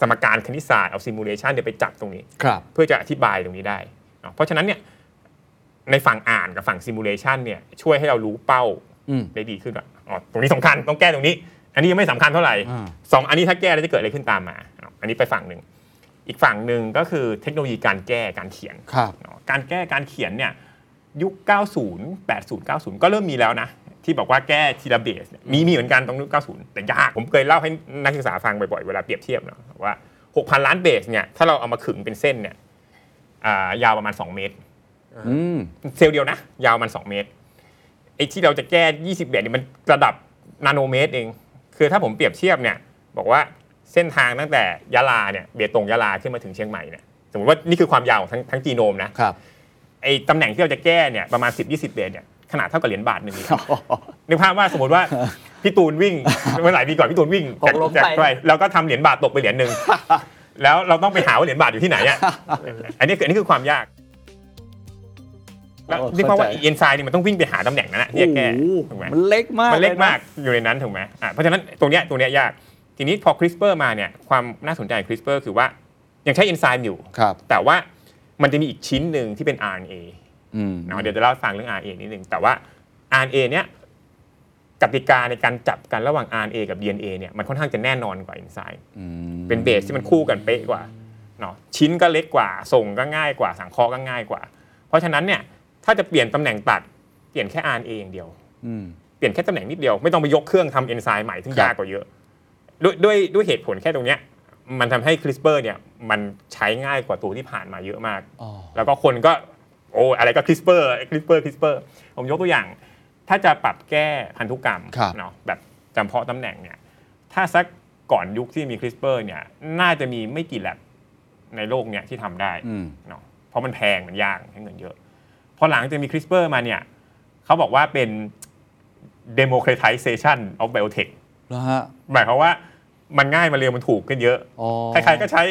S1: สมการคณิตศาสตร์เอาซิมูเลชันเนี่ยไปจับตรงนี้
S2: ครับ
S1: เพื่อจะอธิบายตรงนี้ได้เนาะเพราะฉะนั้นเนี่ยในฝั่งอ่านกับฝั่งซิมูเลชันเนี่ยช่วยให้เรารู้เป้า
S2: อืม
S1: ได้ดีขึ้นว่าอ๋อตรงนี้สำคัญต้องแก้ตรงนี้ อันนี้ยังไม่สำคัญเท่าไหร่
S2: อ่า
S1: สองอันนี้ถ้าแก้แล้วจะเกิดอะไรขึ้นตามมาเนาะอันนี้ไปฝั่งหนึ่งอีกฝั่งหนึ่งก็คือเทคโนโลยีการแก้การเขียน
S2: ครับ
S1: เนาะการแก้การเขียนเนี่ยยุค 90 80 90 ก็เริ่มมีแล้วนะ ที่บอกว่าแก้ทีละเบสเนี่ยมีมีเหมือนกันตรงยุค 90 แต่ยาก ผมเคยเล่าให้นักศึกษาฟังบ่อยๆ เวลาเปรียบเทียบเนาะว่า 6,000 ล้านเบสเนี่ยถ้าเราเอามาขึงเป็นเส้นเนี่ยอ่ายาวประมาณ 2 เมตร
S2: อืม
S1: เซลล์เดียวนะ ยาวมัน 2 เมตรไอ้ที่เราจะแก้ 20เบสเนี่ยมันระดับนาโนเมตรเอง คือถ้าผมเปรียบเทียบเนี่ยบอกว่าเส้นทางตั้งแต่ยะลาเนี่ยเบตงยะลาขึ้นมาถึงเชียงใหม่เนี่ยสมมติว่านี่คือความยาวของทั้งทั้งจีโนมนะ
S2: ครับ
S1: ไอ้ตำแหน่งที่เราจะแก้เนี่ยประมาณ 10 20เหรียญเนี่ยขนาดเท่ากับเหรียญบาทหนึ่งอีกนึกภาพว่าสมมติว่า พี่ตูนวิ่ง เมื่อหลายปีก่อนพี่ตูนวิ่ง
S3: หกล้ม
S1: จาก
S3: ไป
S1: จากไกลแล้วก็ทำเหรียญบาทตกไปเหรียญหนึ่ง แล้วเราต้องไปหาว่าเหรียญบาทอยู่ที่ไหนอ่ะอันนี้คืออันนี้คือความยากแล้ว
S2: โอ้
S1: นึกภาพว่า
S2: เข้าใจ
S1: เอนไซม์นี่มันต้องวิ่งไปหาตำแหน่งนั้นนะที่จะแก้
S2: โอ้โห
S1: ถูกไหม
S2: มันเล็กมาก
S1: มันเล็กมาก
S2: ยะ
S1: อยู่ในนั้นถูกไหมอ่ะเพราะฉะนั้นตรงเนี้ยตรงเนี้ยยาก ทีนี้พอคริสเปอร์มาเนี่ยความน่าสนใจของคริสเปอร์คือว่ายังใช้เอนไซม์อยู่
S2: ครับ
S1: แต่ว่ามันจะมีอีกชิ้นหนึ่งที่เป็น RNA
S2: อืม
S1: เนาะเดี๋ยวจะเล่าให้ฟังเรื่อง RNA นิดนึงแต่ว่า RNA เนี้ยกติกาในการจับกันระหว่าง RNA กับ DNA เนี่ยมันค่อนข้างจะแน่นอนกว่าเอนไซม์ เป็นเบสที่มันคู่กันเป๊ะกว่าเนาะชิ้นก็เล็กกว่า ส่งก็ง่ายกว่า สังเคราะห์ก็ง่ายกว่า เพราะฉะนั้นเนี่ยถ้าจะเปลี่ยนตำแหน่งตัดเปลี่ยนแค่ RNA อย่างเดียว
S2: อืม
S1: เปลี่ยนแค่ตำแหน่งนิดเดียว ไม่ต้องไปยกเครื่องทำเอนไซม์ใหม่ซึ่ง
S2: ครับ
S1: ยากกว่าเยอะด้วยด้วยด้วยเหตุผลแค่ตรงเนี้ยมันทำให้คริสเปอร์เนี่ยมันใช้ง่ายกว่าตัวที่ผ่านมาเยอะมาก
S2: อ๋อ
S1: แล้วก็คนก็โอ้อะไรก็คริสเปอร์คริสเปอร์คริสเปอร์ผมยกตัวอย่าง ถ้าจะปรับแก้พันธุกรรม
S2: ครับ
S1: เนาะแบบจำเพาะตำแหน่งเนี่ยถ้าสักก่อนยุคที่มีคริสเปอร์เนี่ยน่าจะมีไม่กี่แลบในโลกเนี่ยที่ทำได้
S2: อืม
S1: เนาะเพราะมันแพงมันยากใช้เงินเยอะ พอหลังจะมี CRISPR มาเนี่ยเขาบอกว่าเป็น democratization of biotech
S2: แล้วฮะ
S1: หมายความว่ามันง่ายมันเร็วมันถูกขึ้นเยอะ
S2: อ๋อ
S1: ใครๆก็ใช้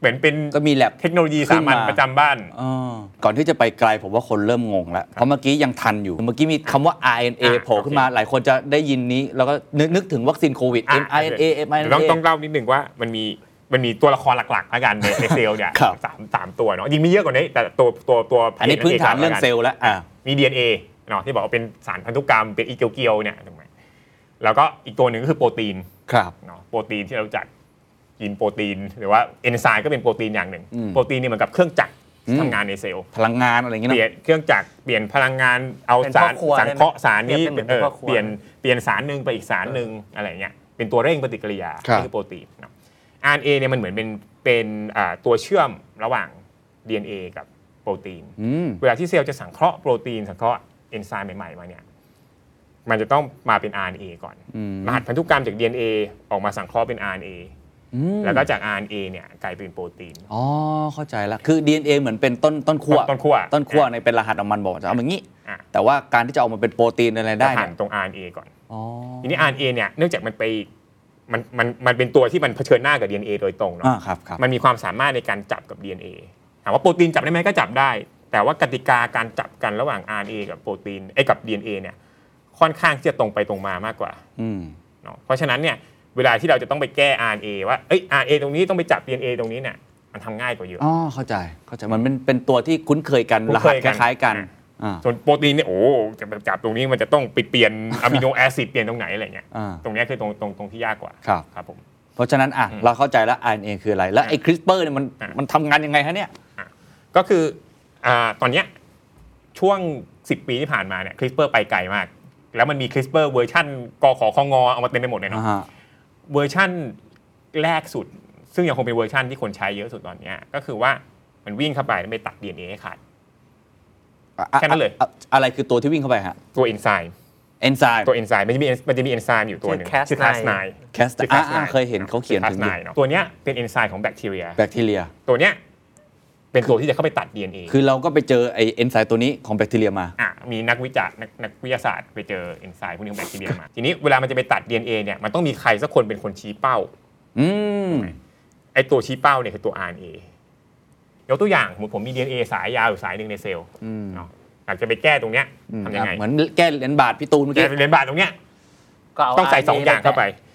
S1: เหมือนเป็น
S2: ก็มีแลบ
S1: เทคโนโลยีสามัญ
S2: ขึ้นมา
S1: ประจำบ้าน
S2: อ่าก่อนที่จะไปไกลผมว่าคนเริ่มงงแล้ว เพราะเมื่อกี้ยังทันอยู่ เมื่อกี้มีคำว่า RNA
S1: อ่ะ
S2: โผล่ขึ้นมา
S1: โอเค
S2: หลายคนจะได้ยินนี้ แล้วก็นึกนึกถึงวัคซีนโควิด
S1: อ่ะ
S2: mRNA
S1: เดี๋ยวต้อง
S2: mRNA
S1: ต้องเล่านิดหนึ่งว่ามันมีมันมีตัวละครหลักๆแล้วกันในในเซลล์เนี่ย
S2: ครับ
S1: สามสามตัวเนาะจริงมีเยอะกว่านี้แต่ตัวตัวตัว
S2: อันนี้พื้นฐานเรื่องเซลล์แล้วอ่ะ
S1: มี DNA เนาะที่บอกว่าเป็นสารพันธุกรรมเป็นอีเกียวๆเนี่ยถูกไหมแล้วก็อีกตัวหนึ่งก็คือโปรตีน
S2: ครับ
S1: เนาะโปรตีนที่เรารู้จักกินโปรตีน หรือว่าเอนไซม์ก็เป็นโปรตีนอย่างหนึ่ง
S2: อืม
S1: โปรตีนเนี่ยเหมือนกับเครื่องจักร
S2: อืม
S1: ทำงานในเซลล์
S2: พลังงานอะไรอย่างเงี้ย
S1: เปลี่ย
S2: เนาะ
S1: นเครื่องจักรเปลี่ยนพลังงานเอา
S3: เป็น
S1: สาร
S3: พ่อครัว
S1: สังเคราะห์สารนี้
S3: ได้
S1: เออ
S3: ไหมเป็นพ่อครัว
S1: เปลี่ยนเปลี่ยนสารหนึ่งไปอีกสารหนึ่งอะไรอย่างเงี้ยเป็นตัวเร่งปฏิกิริยา
S2: ครับ
S1: นี่คือโปรตีนเนาะ RNA เนี่ยมันเหมือนเป็นเป็นอ่าตัวเชื่อมระหว่าง DNA กับโปรตีน
S2: อืม
S1: เวลาที่เซลล์จะสังเคราะห์โปรตีนสังเคราะห์เอนไซม์ใหม่ๆมาเนี่ย มันจะต้องมาเป็น RNA ก่อน
S2: อืม
S1: รหัสพันธุกรรมจาก DNA ออกมาสังเคราะห์เป็น RNA
S2: อืม
S1: แล้วก็จาก RNA เนี่ยกลายเป็นโปรตีน
S2: อ๋อ เข้าใจละ คือ DNA เหมือนเป็นต้นต้นขั้ว
S1: ต้นขั้ว
S2: ต้นขั้ว
S1: อ่ะ
S2: ในเป็นรหัสของมันบอกจะเอาอย่างนี้
S1: อ่ะ
S2: แต่ว่าการที่จะออกมาเป็นโปรตีนอะไรได้
S1: ผ่าน
S2: เนี่ย
S1: ตรง RNA ก่อน
S2: อ๋อ
S1: ทีนี้ RNA เนี่ยเนื่องจากมันไปมันมันมันเป็นตัวที่มันเผชิญหน้ากับ DNA โดยตรงเนาะ
S2: อ่าครับครับ
S1: มันมีความสามารถในการจับกับ DNA ถามว่าโปรตีนจับได้ไหมก็จับได้ แต่ว่ากติกาการจับกันระหว่าง RNA กับโปรตีนไอ้ยกับ DNA เนี่ยค่อนข้างที่จะตรงไปตรงมามากกว่า
S2: อืม
S1: เนาะเพราะฉะนั้นเนี่ยเวลาที่เราจะต้องไปแก้ RNA ว่าเอ้ย RNA ตรงนี้ต้องไปจับ DNA ตรงนี้เนี่ยมันทำง่ายกว่าเยอะ
S2: อ๋อ เข้าใจ เข้าใจ มันเป็นเป็นตัวที่คุ้นเคยกัน
S1: คุ้
S2: ร
S1: น
S2: หั
S1: เคย
S2: สค
S1: กัน
S2: ล้ายๆกัน
S1: อ่ะ
S2: อ่า
S1: ส่วนโปรตีนเนี่ยโอ้จะไปจับตรงนี้มันจะต้องไปเปลี่ยน อะมิโนแอซิดเปลี่ยนตรงไหนอะไรเงี้ย
S2: อ่า
S1: ตรงเนี้ยคือตรงตรงตรงที่ยากกว่า
S2: ครับ
S1: ครับผม
S2: เพราะฉะนั้นอ่ะเราเข้าใจแล้ว RNA คืออะไร แล้วไอ้คริสเปอร์เนี่ยมัน
S1: อ่ะ
S2: มันทำงานยังไงฮะเนี่ย
S1: ก็คืออ่าตอนเนี้ยช่วง 10 ปีที่ผ่านมาเนี่ยคริสเปอร์ไปไกลมาก แล้วมันมีคริสเปอร์เวอร์ชันกขอคงอเอามาเต็มไปหมดเลยเนาะ เวอร์ชั่นแรกสุด ซึ่งยังคงเป็นเวอร์ชั่นที่คนใช้เยอะสุดตอนเนี้ยก็คือว่ามันวิ่งเข้าไปแล้วไปตัด DNA ให้ขาด แค่นั้นเลย
S2: อ่ะอ่ะอะไรคือตัวที่วิ่งเข้าไปฮะ
S1: ตัวเอนไซม์
S2: เอนไซม์
S1: ตัวเอนไซม์มันจะมี enzyme มันจะมีเอนไซม์อยู่ตัวหนึ่ง
S3: ชื่อ Cas9
S1: ชื่อ Cas9
S2: แคสต์
S1: ชื่อ
S2: อ่ะ
S1: Cas9
S2: อ่ะเคยเห็นเขาเขียน
S1: ชื่
S2: ถึ
S1: อ
S2: ง
S1: Cas9 เนอะตัวเนี้ยเป็นเอนไซม์ของแบคทีเรีย
S2: แบคทีเรีย
S1: ตัวเนี้ยเป็นตัวที่จะเข้าไปตัด DNA
S2: คือเราก็ไปเจอไอเอนไซม์ตัวนี้ของแบคทีเรียมา
S1: อ่ะมีนักวิจารณ์นักนักวิทยาศาสตร์ไปเจอเอนไซม์พวกนี้ของแบคทีเรียมา ทีนี้เวลามันจะไปตัด DNA เนี่ยมันต้องมีใครสักคนเป็นคนชี้เป้า
S2: อืม
S1: ไอตัวชี้เป้าเนี่ยคือตัว RNA ยกตัวอย่างสมมติผมมี DNA สายยาวอยู่สายหนึ่งในเซลล์
S2: อืม
S1: เนาะอยากจะไปแก้ตรงเนี้ย
S2: อืม
S1: ทำยังไง
S2: เหมือนแก้เหรียญบาทพี่ตูนเมื่อ
S1: แก้
S2: กี้
S1: เป็นเหรียญบาทตรงเนี้ย
S3: ก็เา
S1: ต้องใส่
S3: RNA
S1: สองอย่างเข้าไป
S3: แปะ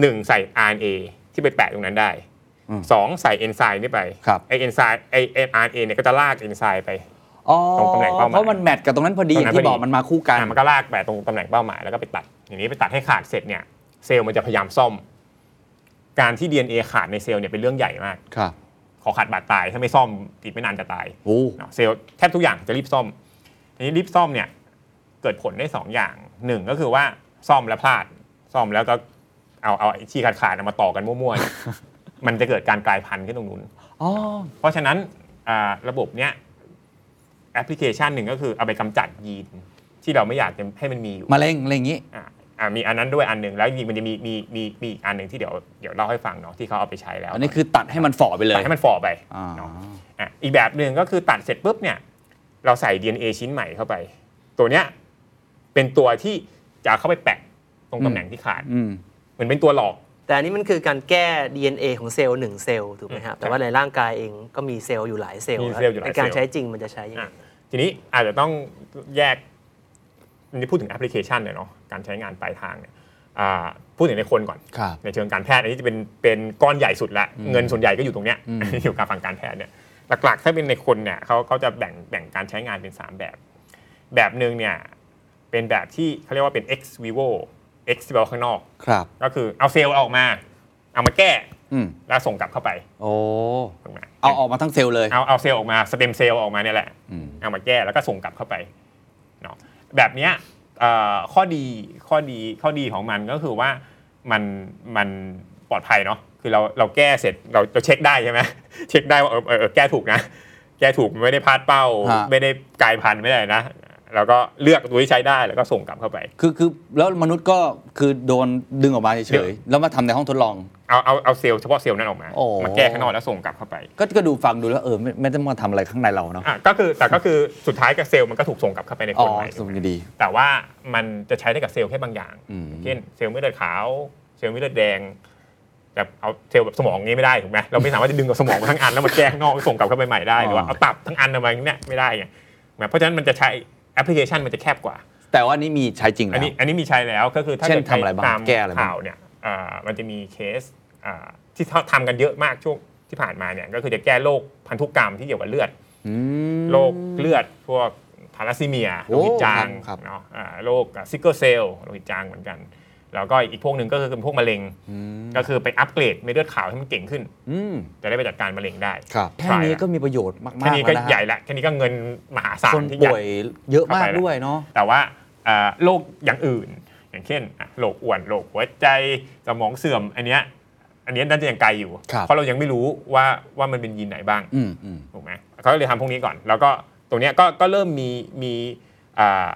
S1: หนึ่งใส่ RNA ที่ไปแปะตรงนั้นได้
S2: อืม
S1: สองใส่เอนไซม์นี่ไป
S2: ครับ
S1: ไอเอนไซม์ไอ RNA เนี่ยก็จะลากเอนไซม์ไป
S2: อ๋อ
S1: ตรงตำแหน่งเป้าหมาย
S2: เพราะมันแมทกับตรงนั้นพอดี
S1: ตร
S2: อง
S1: นั้
S2: ย่าน ง
S1: พอ
S2: ที่
S1: ดี
S2: บอกมันมาคู่กัน
S1: อ่ะมันก็ลากไปตรงตำแหน่งเป้าหมายแล้วก็ไปตัด อย่างนี้ไปตัดให้ขาดเสร็จเนี่ยเซลล์มันจะพยายามซ่อม การที่ DNA ขาดในเซลล์เนี่ยเป็นเรื่องใหญ่มาก
S2: ครับ
S1: ขอขาดบาดตายถ้าไม่ซ่อมอีกไม่นานจะตาย
S2: โอ้
S1: เนาะเซลล์แทบทุกอย่างจะรีบซ่อมทีนี้รีบซ่อมเนี่ยเกิดผลได้สองอย่างหนึ่งก็คือว่าซ่อมแล้วพลาด ซ่อมแล้วก็เอาเอาไอ้ที่ขาดขาดๆเอามาต่อกันมั่วๆเนี่ย มันจะเกิดการกลายพันธุ์ขึ้นตรงนู้น
S2: อ๋อ
S1: เพราะฉะนั้นอ่าระบบเนี้ยแอปพลิเคชันหนึ่งก็คือเอาไปกำจัดยีนที่เราไม่อยากจะให้มันมีอยู่
S2: มะเร็งอะไรอย่างงี้
S1: อ่ะอ่ะมีอันนั้นด้วยอันหนึ่งแล้วจริงๆมันจะมีมีมีมีอีกอันหนึ่งที่เดี๋ยวเดี๋ยวเล่าให้ฟังเนาะที่เขาเอาไปใช้แล้ว
S2: อันนี้คือตัดให้มันฝ่อไปเลย
S1: ตัดให้มันฝ่อไป
S2: อ๋อ
S1: เนาะอ่ะอีกแบบหนึ่งก็คือตัดเสร็จปุ๊บเนี่ยเราใส่ DNA ชิ้นใหม่เข้าไป ตัวเนี้ยเป็นตัวที่จะเข้าไปแปะตรงตำแหน่งที่ขาด
S2: อืม
S1: เหมือนเป็นตัวหลอก
S3: แต่อันนี้มันคือการแก้ DNA ของเซลล์หนึ่งเซลล์ถูกไหม
S1: ครั
S3: ฮะ
S1: บ
S3: แต่ว่าในร่างกายเองก็มีเซลล์อยู่หลายเซลล์
S1: มีเซลล์อยู่หลาย
S3: ในการ
S1: เซลล์
S3: ใช้จริงมันจะใช้ยังไง
S1: อ่ะทีนี้อาจจะต้องแยกนี่พูดถึงแอปพลิเคชันเลยเนาะการใช้งานปลายทางเนี่ยอ่าพูดถึงในคนก่อน
S2: ครับ
S1: ในเชิงการแพทย์อันนี้จะเป็นเป็นก้อนใหญ่สุดละเงินส่วนใหญ่ก็อยู่ตรงเนี้ย อยู่กับฝั่งการแพทย์เนี่ยหลักๆ ถ้าเป็นในคนเนี่ยเขาเขาจะแบ่งแบ่งการใช้งานเป็น 3 แบบ แบบหนึ่งเนี่ยเป็นแบบที่เขาเรียกว่าเป็น ex vivo ex ที่แปลว่าข้างนอก
S2: ครับ
S1: ก็คือเอาเซลล์ออกมา เอามาแก้
S2: อืม
S1: แล้วส่งกลับเข้าไป
S2: โอ้
S1: ถูกไหม
S2: เอาออกมาทั้งเซลล์เลย
S1: เอาเอาเซลล์ออกมาสเต็มเซลล์ออกมาเนี่ยแหละ
S2: อืม
S1: เอามาแก้แล้วก็ส่งกลับเข้าไปเนาะแบบเนี้ยเอ่อข้อดีข้อดีข้อดีของมันก็คือว่ามันมันปลอดภัยเนาะคือเราเราแก้เสร็จเราเราเช็คได้ใช่ไหม เช็คได้ว่าเออเออเออแก้ถูกนะ แก้ถูกไม่ได้พลาดเป้า
S2: ฮะ
S1: ไม่ได้กลายพันธุ์ไม่ได้นะ แล้วก็เลือกตัวที่ใช้ได้แล้วก็ส่งกลับเข้าไป
S2: คือคือแล้วมนุษย์ก็คือโดนดึงออกมา
S1: เดี๋
S2: เฉ
S1: ย
S2: ยว ๆแล้วมาทำในห้องทดลอง
S1: เอาเอาเอาเซลล์เฉพาะเซลล์นั้นออกมา
S2: โอ้
S1: มาแก้ข้างนอกแล้วส่งกลับเข้าไป
S2: ก็ก็ดูฟังดูแล้วเออไม่ไม่ต้องมาทำอะไรข้างในเราเนาะ
S1: อ่ะก็คือแต่ก็คือสุดท้ายกับเซลล์มันก็ถูกส่งกลับเข้าไปในค
S2: อ๋อน
S1: ใหม่
S2: สมดี
S1: แต่ว่ามันจะใช้ได้กับเซลล์แค่บางอย่าง
S2: อืม
S1: เช่นเซลล์เม็ดเลือดขาว เซลล์เม็ดเลือดแดงแต่เอาเซลล์แบบสมองนี้ไม่ได้ถูกไหมเราไม่สามารถจะดึงกับสมองมาทั้งอันแล้วมาแก้ข้างนอกส่งกลับเข้าไปใหม่ได้หรือว่าเอาตับทั้งอันมาอย่างเนี้ยไม่ได้ไงเพราะฉะนั้นมันจะใช้แอปพลิเคชันมันจะแคบกว่า
S2: แต่ว่าอันนี้มีใช้จริงแล้
S1: อัน
S2: ว
S1: นี้อันนี้มีใช้แล้วก็คือถ้า
S2: เช่น
S1: กิดใช้
S2: ทำอะไรบ้าง
S1: ตาม
S2: แก้อะไรบ้าง
S1: ข่าวเนี่ยเอ่อมันจะมีเคสอ่าที่เขาทำกันเยอะมากช่วงที่ผ่านมาเนี่ยก็คือจะแก้โรคพันธุกรรมที่เกี่ยวกับเลือด
S2: อืม
S1: โรคเลือดพวกทาลัสซีเมียโร
S2: โอ้
S1: คหิตจาง
S2: ครับ
S1: เนาะอ่าโรคซิกเกิลเซลโรคหิตจางเหมือนกัน แล้วก็อีกพวกหนึ่งก็คือเป็นพวกมะเร็ง
S2: อืม
S1: ก็คือไปอัปเกรดเม็ดเลือดขาวให้มันเก่งขึ้น
S2: อืม
S1: จะได้ไปจัดการมะเร็งได้
S2: ครับแค่
S1: ใช่
S2: นี้
S1: ละ
S2: ก็มีประโยชน์มากๆ
S1: แค่นี้ก็
S2: แล้วนะฮะ
S1: ใหญ่ละแค่นี้ก็เงินมหาศาล
S2: คน
S1: ที่ให
S2: ป่
S1: ญ่
S2: วยเยอะมาก
S1: เข้าไปละ
S2: ด้วยเนาะ
S1: แต่ว่าเอ่อโรคอย่างอื่น อย่างเช่นอ่ะโรคอ้วนโรคหัวใจสมองเสื่อมอันเนี้ยอันเนี้ยน่าจะยังไกลอยู่
S2: ครับ
S1: เพราะเรายังไม่รู้ว่าว่ามันเป็นยีนไหนบ้าง
S2: อืมอืม
S1: ถูกไหมเขาเลยทำพวกนี้ก่อน แล้วก็ตรงเนี้ยก็ก็เริ่มมีมีอ่า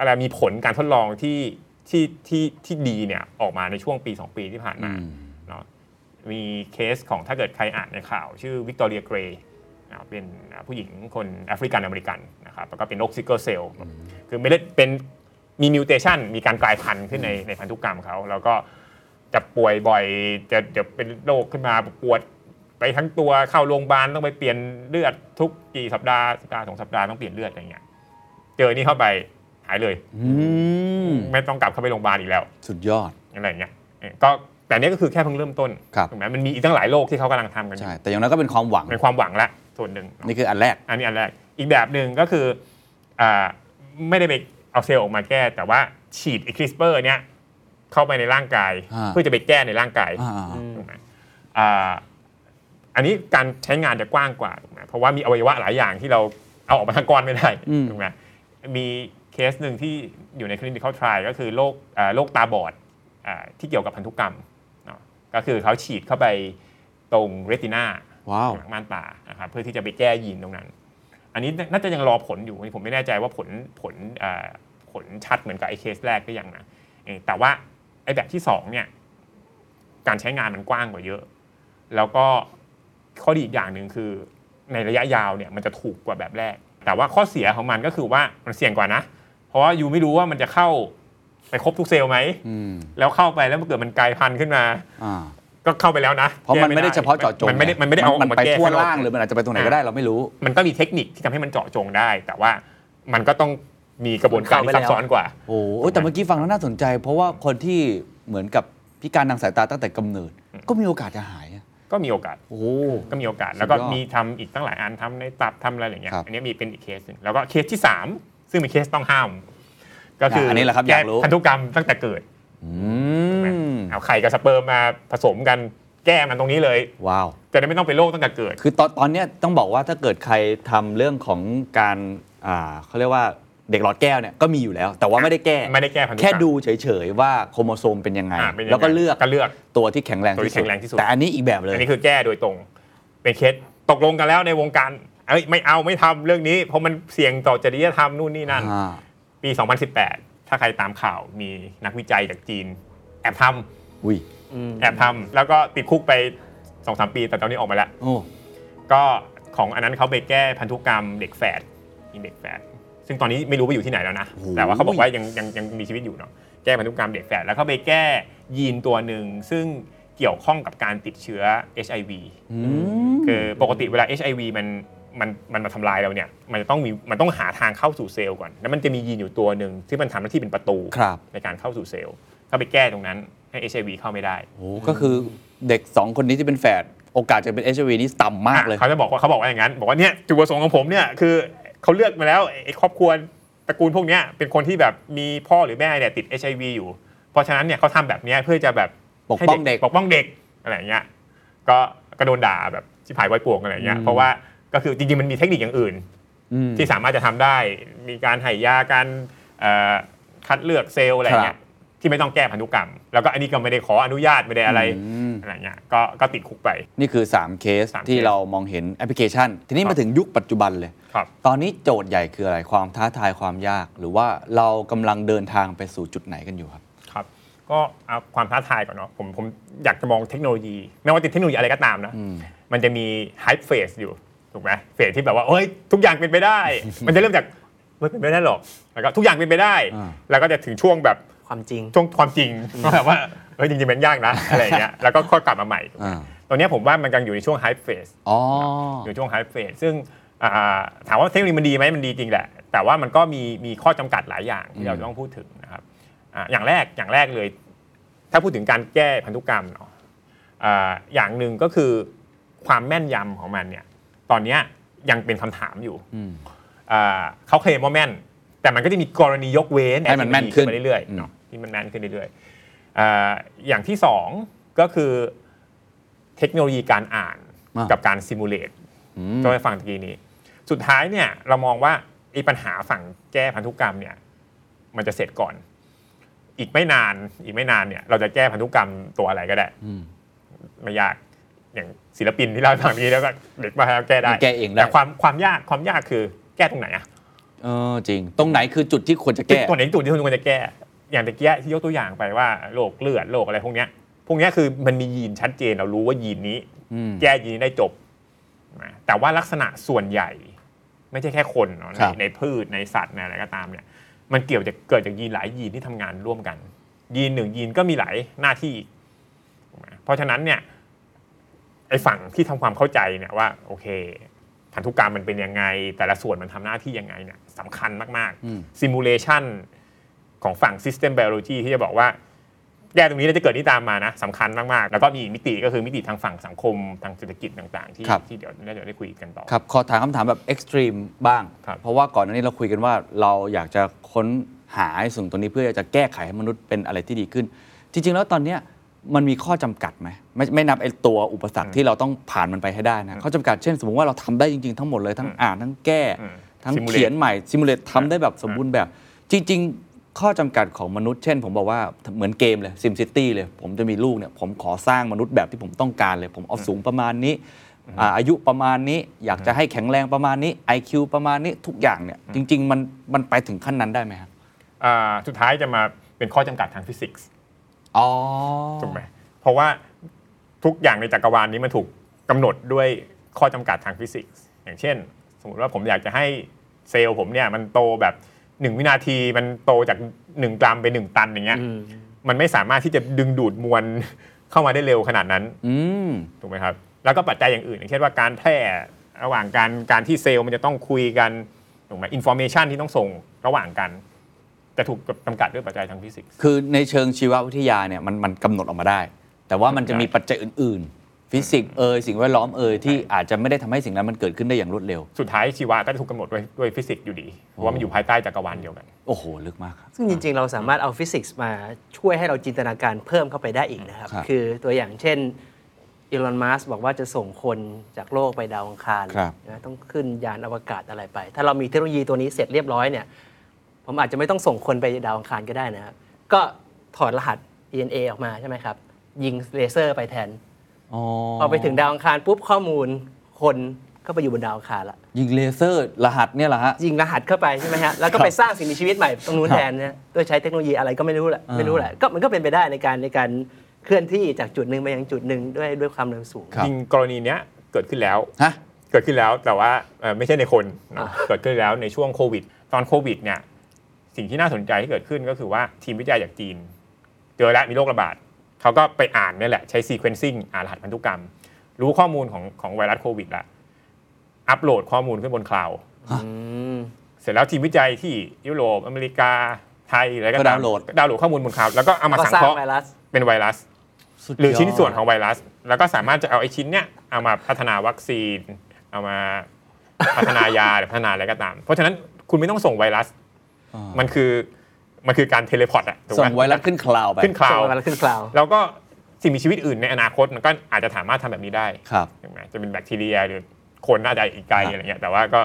S1: อะไรมีผลการทดลองที่ที่ที่ที่ดีเนี่ยออกมาในช่วงปี 2 ปีที่ผ่านมา
S2: อืม
S1: เนาะมีเคสของถ้าเกิดใครอ่านในข่าว ชื่อวิกตอเรียเกรย์เป็นผู้หญิงคนแอฟริกันอเมริกันนะครับแล้วก็เป็นโรคซิกเกิลเซลล์คือไม่ได้เป็นมีมิวเทชันมีการกลายพันธุ์ขึ้นในในพันธุกรรมเขาแล้วก็ จะป่วยบ่อยจะเดี๋ยวเป็นโรคขึ้นมาปวดไปทั้งตัวเข้าโรงพยาบาลต้องไปเปลี่ยนเลือดทุกกี่สัปดาห์สัปดาห์สองสัปดาห์ต้องเปลี่ยนเลือดอะไรเงี้ยเจอนี่เข้าไปหายเลย
S2: อืม
S1: ไม่ต้องกลับเข้าไปโรงพยาบาลอีกแล้ว
S2: สุดยอด
S1: อะไรเงี้ยเออก็แต่เนี้ยก็คือแค่เพิ่งเริ่มต้น
S2: ครับ
S1: ถูกไหมมันมีอีกตั้งหลายโรคที่เขากำลังทำกันอ
S2: ใช่
S1: ยู่
S2: แต่อย่างนั้นก็เป็นความหวัง
S1: เป็นความหวังละส่วนหนึ่งเนาะ
S2: นี่คืออันแรก
S1: อันนี้อันแรก อีกแบบหนึ่งก็คืออาไม่ได้ไปเอาเซลล์ออกมาแก้ แต่ว่าฉีดไอ้คริสเปอร์เนี้ยเข้าไปในร่างกาย
S2: อ่า
S1: เพื่อจะไปแก้ในร่างกาย
S2: อ่า
S1: ถูกไหมอ่าอันนี้การใช้งานจะกว้างกว่าถูกไหมเพราะว่ามีอวัยวะหลายอย่างที่เราเอาออกมาทางก้อนไม่ได้
S2: อืม
S1: ถูกไหมมีเคสหนึ่งที่อยู่ในคลินิคอลทรีก็คือโรคอ่าโรคตาบอดอาที่เกี่ยวกับพันธุกรรมเนาะก็คือเขาฉีดเข้าไปตรงเรติน่า
S2: ว้าว
S1: หลังม่านตานะครับเพื่อที่จะไปแก้ยีนตรงนั้น อันนี้น่าจะยังรอผลอยู่อันนี้ผมไม่แน่ใจว่าผลผลอ่าผลชัดเหมือนกับไอ้เคสแรกหรือยังนะเออแต่ว่าไอ้แบบที่สองเนี่ย การใช้งานมันกว้างกว่าเยอะ แล้วก็ข้อดีอีกอย่างหนึ่งคือในระยะยาวเนี่ยมันจะถูกกว่าแบบแรก แต่ว่าข้อเสียของมันก็คือว่ามันเสี่ยงกว่านะ เพราะว่ายูไม่รู้ว่ามันจะเข้าไปครบทุกเซลล์ไหม
S2: อืม
S1: แล้วเข้าไปแล้วมันเกิดมันกลายพันธุ์ขึ้นมา
S2: อ่า
S1: ก็เข้าไปแล้วนะ
S2: เพราะมัน
S1: แก้
S2: ไม่ได้เฉพาะเจาะจง
S1: มันไม่ได้มันไม่ได้เอา
S2: มัน
S1: ออก
S2: ไป
S1: แก้
S2: ทั่ว
S1: ข้นอก
S2: ล่างหรือมันอาจจะไปตรงไหนก็ได้เราไม่รู้
S1: มันก็มีเทคนิคที่ทำให้มันเจาะจงได้ แต่ว่ามันก็ต้องมีกระบวนการที่ซับซ้อนกว่า
S2: โอ้โหเอ้ยแต่เมื่อกี้ฟังแล้วน่าสนใจ เพราะว่าคนที่เหมือนกับพิการทางสายตาตั้งแต่กำเนิด ก็มีโอกาสจะหายอะ
S1: ก็มีโอกาส
S2: โอ้
S1: ก็มีโอกาส
S2: สุดยอด
S1: แล้วก็มีทำอีกตั้งหลายอันทำในตับทำอะไรอย่างเงี้ย
S2: ครับ
S1: อันนี้มีเป็นอีกเคสหนึ่งแล้วก็เคสที่ 3 ซึ่งเป็นเคสต้องห้าม ก็คืออน
S2: นี้แหละครับอยากรู้
S1: แพันธุกรรมตั้งแต่เกิด
S2: อื
S1: ถูกไหม
S2: ม
S1: เอาไข่กับสเปิร์มมาผสมกันแก้มันตรงนี้เลย
S2: ว้าว
S1: จะได้ไม่ต้องเป็นโรคตั้งแต่เกิด
S2: คือตอนตอนเนี้ยต้องบอกว่าถ้าเกิดใครทำเรื่องของการอ่าเขาเรียกว่าเด็กหลอดแก้วเนี่ยก็มีอยู่แล้ว แต่ว่าไม่ได้แก้
S1: ไม่ได้แก้พันธุกรรม
S2: แค่ดูเฉยๆว่าโครโมโซมเป็นยังไง
S1: อ่าป็นยังไง
S2: แล้วก็เลือก
S1: ก็เลือก
S2: ตัวที่แข็งแรง
S1: ตัวที่
S2: ที่
S1: แข็งแรงที่สุ
S2: สุด
S1: ด
S2: แต่อันนี้อีกแบบเลย
S1: อันนี้คือแก้โดยตรง เป็นเคสตกลงกันแล้วในวงการเอ้ยไม่เอาไม่ทำเรื่องนี้ เพราะมันเสี่ยงต่อจริยธรรมนู่นนี่นั่น
S2: อ่า
S1: ปี 2018 ถ้าใครตามข่าวมีนักวิจัยจากจีน แอบท
S2: อุ้ย
S3: อืม
S1: ำแอบทำแล้วก็ติดคุกไป 2-3 ปีแต่ตอนนี้ออกมาแล้ว
S2: โอ้
S1: ก็ของอันนั้นเขาไปแก้พันธุกรรมเด็กแฝดมีเด็กแฝดซึ่งตอนนี้ไม่รู้ว่าอยู่ที่ไหนแล้วนะ
S2: โอ้โห
S1: แต่ว่าเขาบอกว่ายังยังยังมีชีวิตอยู่เนาะแก้พันธุกรรมเด็กแฝดแล้วเขาไปแก้ยีนตัวหนึ่งซึ่งเกี่ยวข้องกับการติดเชื้อ HIV
S2: อืม
S1: คือปกติเวลา HIV มันมันมันมาทำลายเราเนี่ยมันจะต้องมีมันต้องหาทางเข้าสู่เซลล์ก่อน แล้วมันจะมียีนอยู่ตัวหนึ่งที่มันทำหน้าที่เป็นประตู
S2: ครับ
S1: ในการเข้าสู่เซลล์ ถ้าไปแก้ตรงนั้นให้ HIV เข้าไม่ได้
S2: โอ้ก็คือเด็ก 2 คนนี้ที่เป็นแฝดโอกาสจะเป็น HIV นี่ต่ำมากเลย
S1: อ่ะเขาจะบอกว่าเขาบอกว่าอย่างนั้น บอกว่าเนี่ยจุดประสงค์ของผมเนี่ยคือเขาเลือกมาแล้วไอ้ไอ้ครอบครัวตระกูลพวกเนี้ยเป็นคนที่แบบมีพ่อหรือแม่เนี่ยติด HIV อยู่ เพราะฉะนั้นเนี่ยเขาทำแบบเนี้ยเพื่อจะแบบ
S2: ปกป้อง
S1: ให้
S2: เด็ก
S1: ปกป้องเด็กอะไรอย่างเงี้ยก็ก็โดนด่าแบบชิบหายไว้ปวกอะไรอย่างเงี้ยเพราะว่าก็คือจริงๆมันมีเทคนิคอย่างอื่น
S2: อืม
S1: ที่สามารถจะทำได้ มีการให้ยาการเอ่อคัดเลือกเซลล์อะไรเงี้ยที่ไม่ต้องแก้พันธุกรรม แล้วก็อันนี้ก็ไม่ได้ขออนุญาตไม่ได้อะไร
S2: อืม
S1: อะไรเงี้ยก็ก็ติดคุกไป
S2: นี่คือ 3 เคส
S1: สามเคส
S2: ที่เรามองเห็นแอปพลิเคชัน ทีนี้
S1: ครับ
S2: มาถึงยุคปัจจุบันเลย
S1: ครับ
S2: ตอนนี้โจทย์ใหญ่คืออะไรความท้าทายความยาก หรือว่าเรากำลังเดินทางไปสู่จุดไหนกันอยู่ครับ
S1: ครับ ก็เอาความท้าทายก่อนเนาะผมผมอยากจะมองเทคโนโลยีไม่ว่าติดเทคโนโลยีอะไรก็ตามนะ มันจะมีไฮเฟสอยู่ถูกไหมเฟสที่แบบว่าเอ้ยทุกอย่างเป็นไปได้ มันจะเริ่มจากเฮ้ยเป็นไปไม่ได้หรอกแล้วก็ทุกอย่างเป็นไปได้
S2: อ่า
S1: แล้วก็จะถึงช่วงแบบ
S3: ความจริง
S1: ช่วงความจริงว่าแบบว่าเฮ้ยจริงๆมันยากนะ อะไรอย่างเงี้ยแล้วก็ค่อยกลับมาใหม่
S2: อ่า
S1: ตอนนี้ยผมว่ามันกำลังอยู่ในช่วงไฮเฟส
S2: อ๋อ
S1: อยู่ช่วงไฮเฟสซึ่งอ่าถามว่าเทคโนโลยีมันดีไหมมันดีจริงแหละ แต่ว่ามันก็มีมีข้อจำกัดหลายอย่างที่เราจะต้องพูดถึงนะครับอ่าอย่างแรกอย่างแรกเลย ถ้าพูดถึงการแก้พันธุกรรมเนาะอ่าอย่างหนึ่งก็คือความแม่นยำของมันเนี่ยตอนเนี้ยยังเป็นคำถามอยู่
S2: อืม
S1: อ่าเขาเคลมว่าแม่น แต่มันก็จะมีกรณียกเว้น
S2: ให้มันแม่นขึ้น
S1: ไปเรื่อยๆเนาะที่มันแม่นขึ้นเรื่อยๆอ่าอย่างที่สองก็คือ เทคโนโลยีการอ่าน
S2: อ่ากั
S1: กับการซิมูเลต
S2: อืม
S1: ก็ไปฟังตะกี้นี้ สุดท้ายเนี่ยเรามองว่าไอ้ปัญหาฝั่งแก้พันธุกรรมเนี่ยมันจะเสร็จก่อน อีกไม่นานอีกไม่นานเนี่ยเราจะแก้พันธุกรรมตัวอะไรก็ได้
S2: อืม
S1: ไม่ยากอย่างศิลปินที่เราทำนี้แล้วก็เด็กมาแล้วแก้ได้
S2: มันแก้เองได้
S1: แต่ความความยากความยากคือแก้ตรงไหนอะ
S2: เออจริง ตรงไหนคือจุดที่ควรจะแก้
S1: ตัวไหนจุดที่คุณควรจะแก้ อย่างตะกี้ที่ยกตัวอย่างไปว่าโรคเลือดโรคอะไรพวกเนี้ยพวกเนี้ยคือมันมียีนชัดเจนเรารู้ว่ายีนนี้
S2: อืม
S1: แก้ยีนนี้ได้จบนะแต่ว่าลักษณะส่วนใหญ่ ไม่ใช่แค่คนเนอะ
S2: ค
S1: ใน
S2: รับ
S1: ในพืชในสัตว์ในอะไรก็ตามเนี่ย มันเกี่ยวจะเกิดจากยีนหลายยีนที่ทำงานร่วมกัน ยีนหนึ่งยีนก็มีหลายหน้าที่ถูกไหมเพราะฉะนั้นเนี่ยไอ้ฝั่งที่ทำความเข้าใจเนี่ยว่าโอเคพันธุกรรมมันเป็นยังไง แต่ละส่วนมันทำหน้าที่ยังไงเนี่ยสำคัญมากๆซิมูเลชันของฝั่ง System Biology ที่จะบอกว่า แก้ตรงนี้แล้วจะเกิดนี่ตามมานะสำคัญมาก ๆ แล้วก็มีมิติก็คือมิติทางฝั่งสังคมทางเศรษฐกิจต่าง ๆ ที่
S2: ครับ
S1: ที่เดี๋ยวน่าจะได้คุยกันต่อ
S2: ครับขอถามคำถามแบบเอ็กซ์ตรีมบ้าง
S1: ครับ
S2: เพราะว่าก่อนหน้านี้เราคุยกันว่าเราอยากจะค้นหาไอ้สิ่งตัวนี้เพื่อจะแก้ไขให้มนุษย์เป็นอะไรที่ดีขึ้น จริง ๆ แล้วตอนเนี้ยมันมีข้อจำกัดไหมไม่ไม่นับไอ้ตัวอุปสรรคที่เราต้องผ่านมันไปให้ได้นะข้อจำกัดเช่น สมมติว่าเราทำได้จริง ๆ ทั้งหมดเลยทั้งอ่านทั้งแก้
S1: อืม
S2: ทั้ง
S1: Simulate
S2: เขียนใหม่ซิมูเลตทำได้แบบสมบูรณ์แบบ จริง ๆ ข้อจำกัดของมนุษย์เช่น ผมบอกว่าเหมือนเกมเลยซิมซิตี้เลย ผมจะมีลูกเนี่ยผมขอสร้างมนุษย์แบบที่ผมต้องการเลย ผมเอาสูงประมาณนี้อ่าอายุประมาณนี้อยากจะให้แข็งแรงประมาณนี้ IQ ประมาณนี้ทุกอย่างเนี่ยจริง ๆ มันมันไปถึงขั้นนั้นได้ไหมครับ
S1: อ่าสุดท้ายจะมาเป็นข้อจำกัดทางฟิสิกส์
S2: อ๋อ
S1: ถูกไหมเพราะว่าทุกอย่างในจักรวาลนี้มันถูกกำหนดด้วยข้อจำกัดทางฟิสิกส์อย่างเช่น สมมติว่าผมอยากจะให้เซลล์ผมเนี่ยมันโตแบบ 1 วินาทีมันโตจาก 1 กรัมไป 1 ตันอย่างเงี้ย
S3: อืม
S1: มันไม่สามารถที่จะดึงดูดมวล เข้ามาได้เร็วขนาดนั้น
S2: อืม
S1: ถูกไหมครับ แล้วก็ปัจจัยอย่างอื่น อย่างเช่นว่าการแพร่ระหว่างการการที่เซลล์มันจะต้องคุยกันถูกไหมอินโฟเมชันที่ต้องส่งระหว่างกัน จะถูกจำกัดด้วยปัจจัยทางฟิสิกส์
S2: คือในเชิงชีววิทยาเนี่ยมันมันกำหนดออกมาได้ แต่ว่ามันจะมีปัจจัยอื่น ๆ ฟิสิกส์เอ่ยสิ่งแวดล้อมเอ่ยที่อาจจะไม่ได้ทำให้สิ่งนั้นมันเกิดขึ้นได้อย่างรวดเร็ว
S1: สุดท้ายชีวะก็จะถูกกำหนดด้วยด้วยฟิสิกส์อยู่ดีเพราะว่ามันอยู่ภายใต้จักรวาลเดียวกัน
S2: โอ้โห ลึกมากครับ
S3: ซึ่งจริง ๆ เราสามารถเอาฟิสิกส์มาช่วยให้เราจินตนาการเพิ่มเข้าไปได้อีกนะครับ
S2: ครับ
S3: คือตัวอย่างเช่นอีลอนมัสบอกว่าจะส่งคนจากโลกไปดาวอังคาร
S2: ครับ
S3: นะต้องขึ้นยานอวกาศอะไรไป ถ้าเรามีเทคโนโลยีตัวนี้เสร็จเรียบร้อยเนี่ย ผมอาจจะไม่ต้องส่งคนไปดาวอังคารก็ได้นะครับ ก็ถอดรหัส DNA ออกมาใช่ไหมครับ ยิงเลเซอร์ไปแทน
S2: อ๋อ
S3: พอไปถึงดาวอังคารปุ๊บข้อมูลคนก็ไปอยู่บนดาวอังคารละ
S2: ยิงเลเซอร์รหัสเนี่ยเหรอฮะ
S3: ยิงรหัสเข้าไปใช่ไหมฮะ แล้วก็ไปสร้างสิ่งมีชีวิตใหม่ตรงนู้นแทนนะโดยใช้เทคโนโลยีอะไรก็ไม่รู้แหละ
S2: อ่า
S3: ไม่รู้แหละ ก็มันก็เป็นไปได้ในการในการเคลื่อนที่จากจุดหนึ่งไปยังจุดหนึ่งด้วยด้วยความเร็วสูง
S2: ครับ
S1: จริงกรณีเนี้ยเกิดขึ้นแล้ว
S2: ฮะ
S1: เกิดขึ้นแล้วแต่ว่าเอ่อไม่ใช่ในคนเนอะ
S3: อ่า
S1: เกิดขึ้นแล้วในช่วงโควิด ตอนโควิดเนี่ยสิ่งที่น่าสนใจที่เกิดขึ้นก็คือว่าทีมวิจัยจากจีน เจอแล้วมีโรคระบาดเขาก็ไปอ่านเนี่ยแหละใช้ sequencing อ่านรหัสพันธุกรรม รู้ข้อมูลของของไวรัสโควิดละอัปโหลดข้อมูลขึ้นบนคลาวด์
S3: อืม
S1: เสร็จแล้วทีมวิจัยที่ยุโรปอเมริกาไทยอะไรก็
S2: ก็
S1: ตาม
S2: ดาวน์โหลด
S1: ก็ดาวน์โหลดข้อมูลบนคลาวด์แล้วก็เอามา
S3: ก็
S1: สัง
S3: สร้าง
S1: เคราะห์
S3: ไวรัส
S1: เป็นไวรัส
S2: สุดยด
S1: หรือชิ้นส่วนของไวรัส แล้วก็สามารถจะเอาไอ้ชิ้นเนี้ยเอามาพัฒนาวัคซีน เอามาพัฒนายา หรือพัฒนาอะไรก็ตาม เพราะฉะนั้นคุณไม่ต้องส่งไวรัส
S2: อ่า
S1: มันคือมันคือการเทเลพอร์ตอะถูก
S2: ส่
S1: ไหม
S2: งไวรัสขึ้นคลาวด์ไป
S1: ขึ้นคลา
S3: ส่
S1: ว
S3: ง
S1: ด์
S3: ไวรัสขึ้นคลาวด์
S1: แล้วก็สิ่งมีชีวิตอื่นในอนาคตมันก็อาจจะสามารถทำแบบนี้ได้
S2: ครับ
S1: ถูกไหมจะเป็นแบคทีเรียหรือคนน่าจะอีกไกล
S2: ครับ
S1: อะไรเงี้ยแต่ว่าก็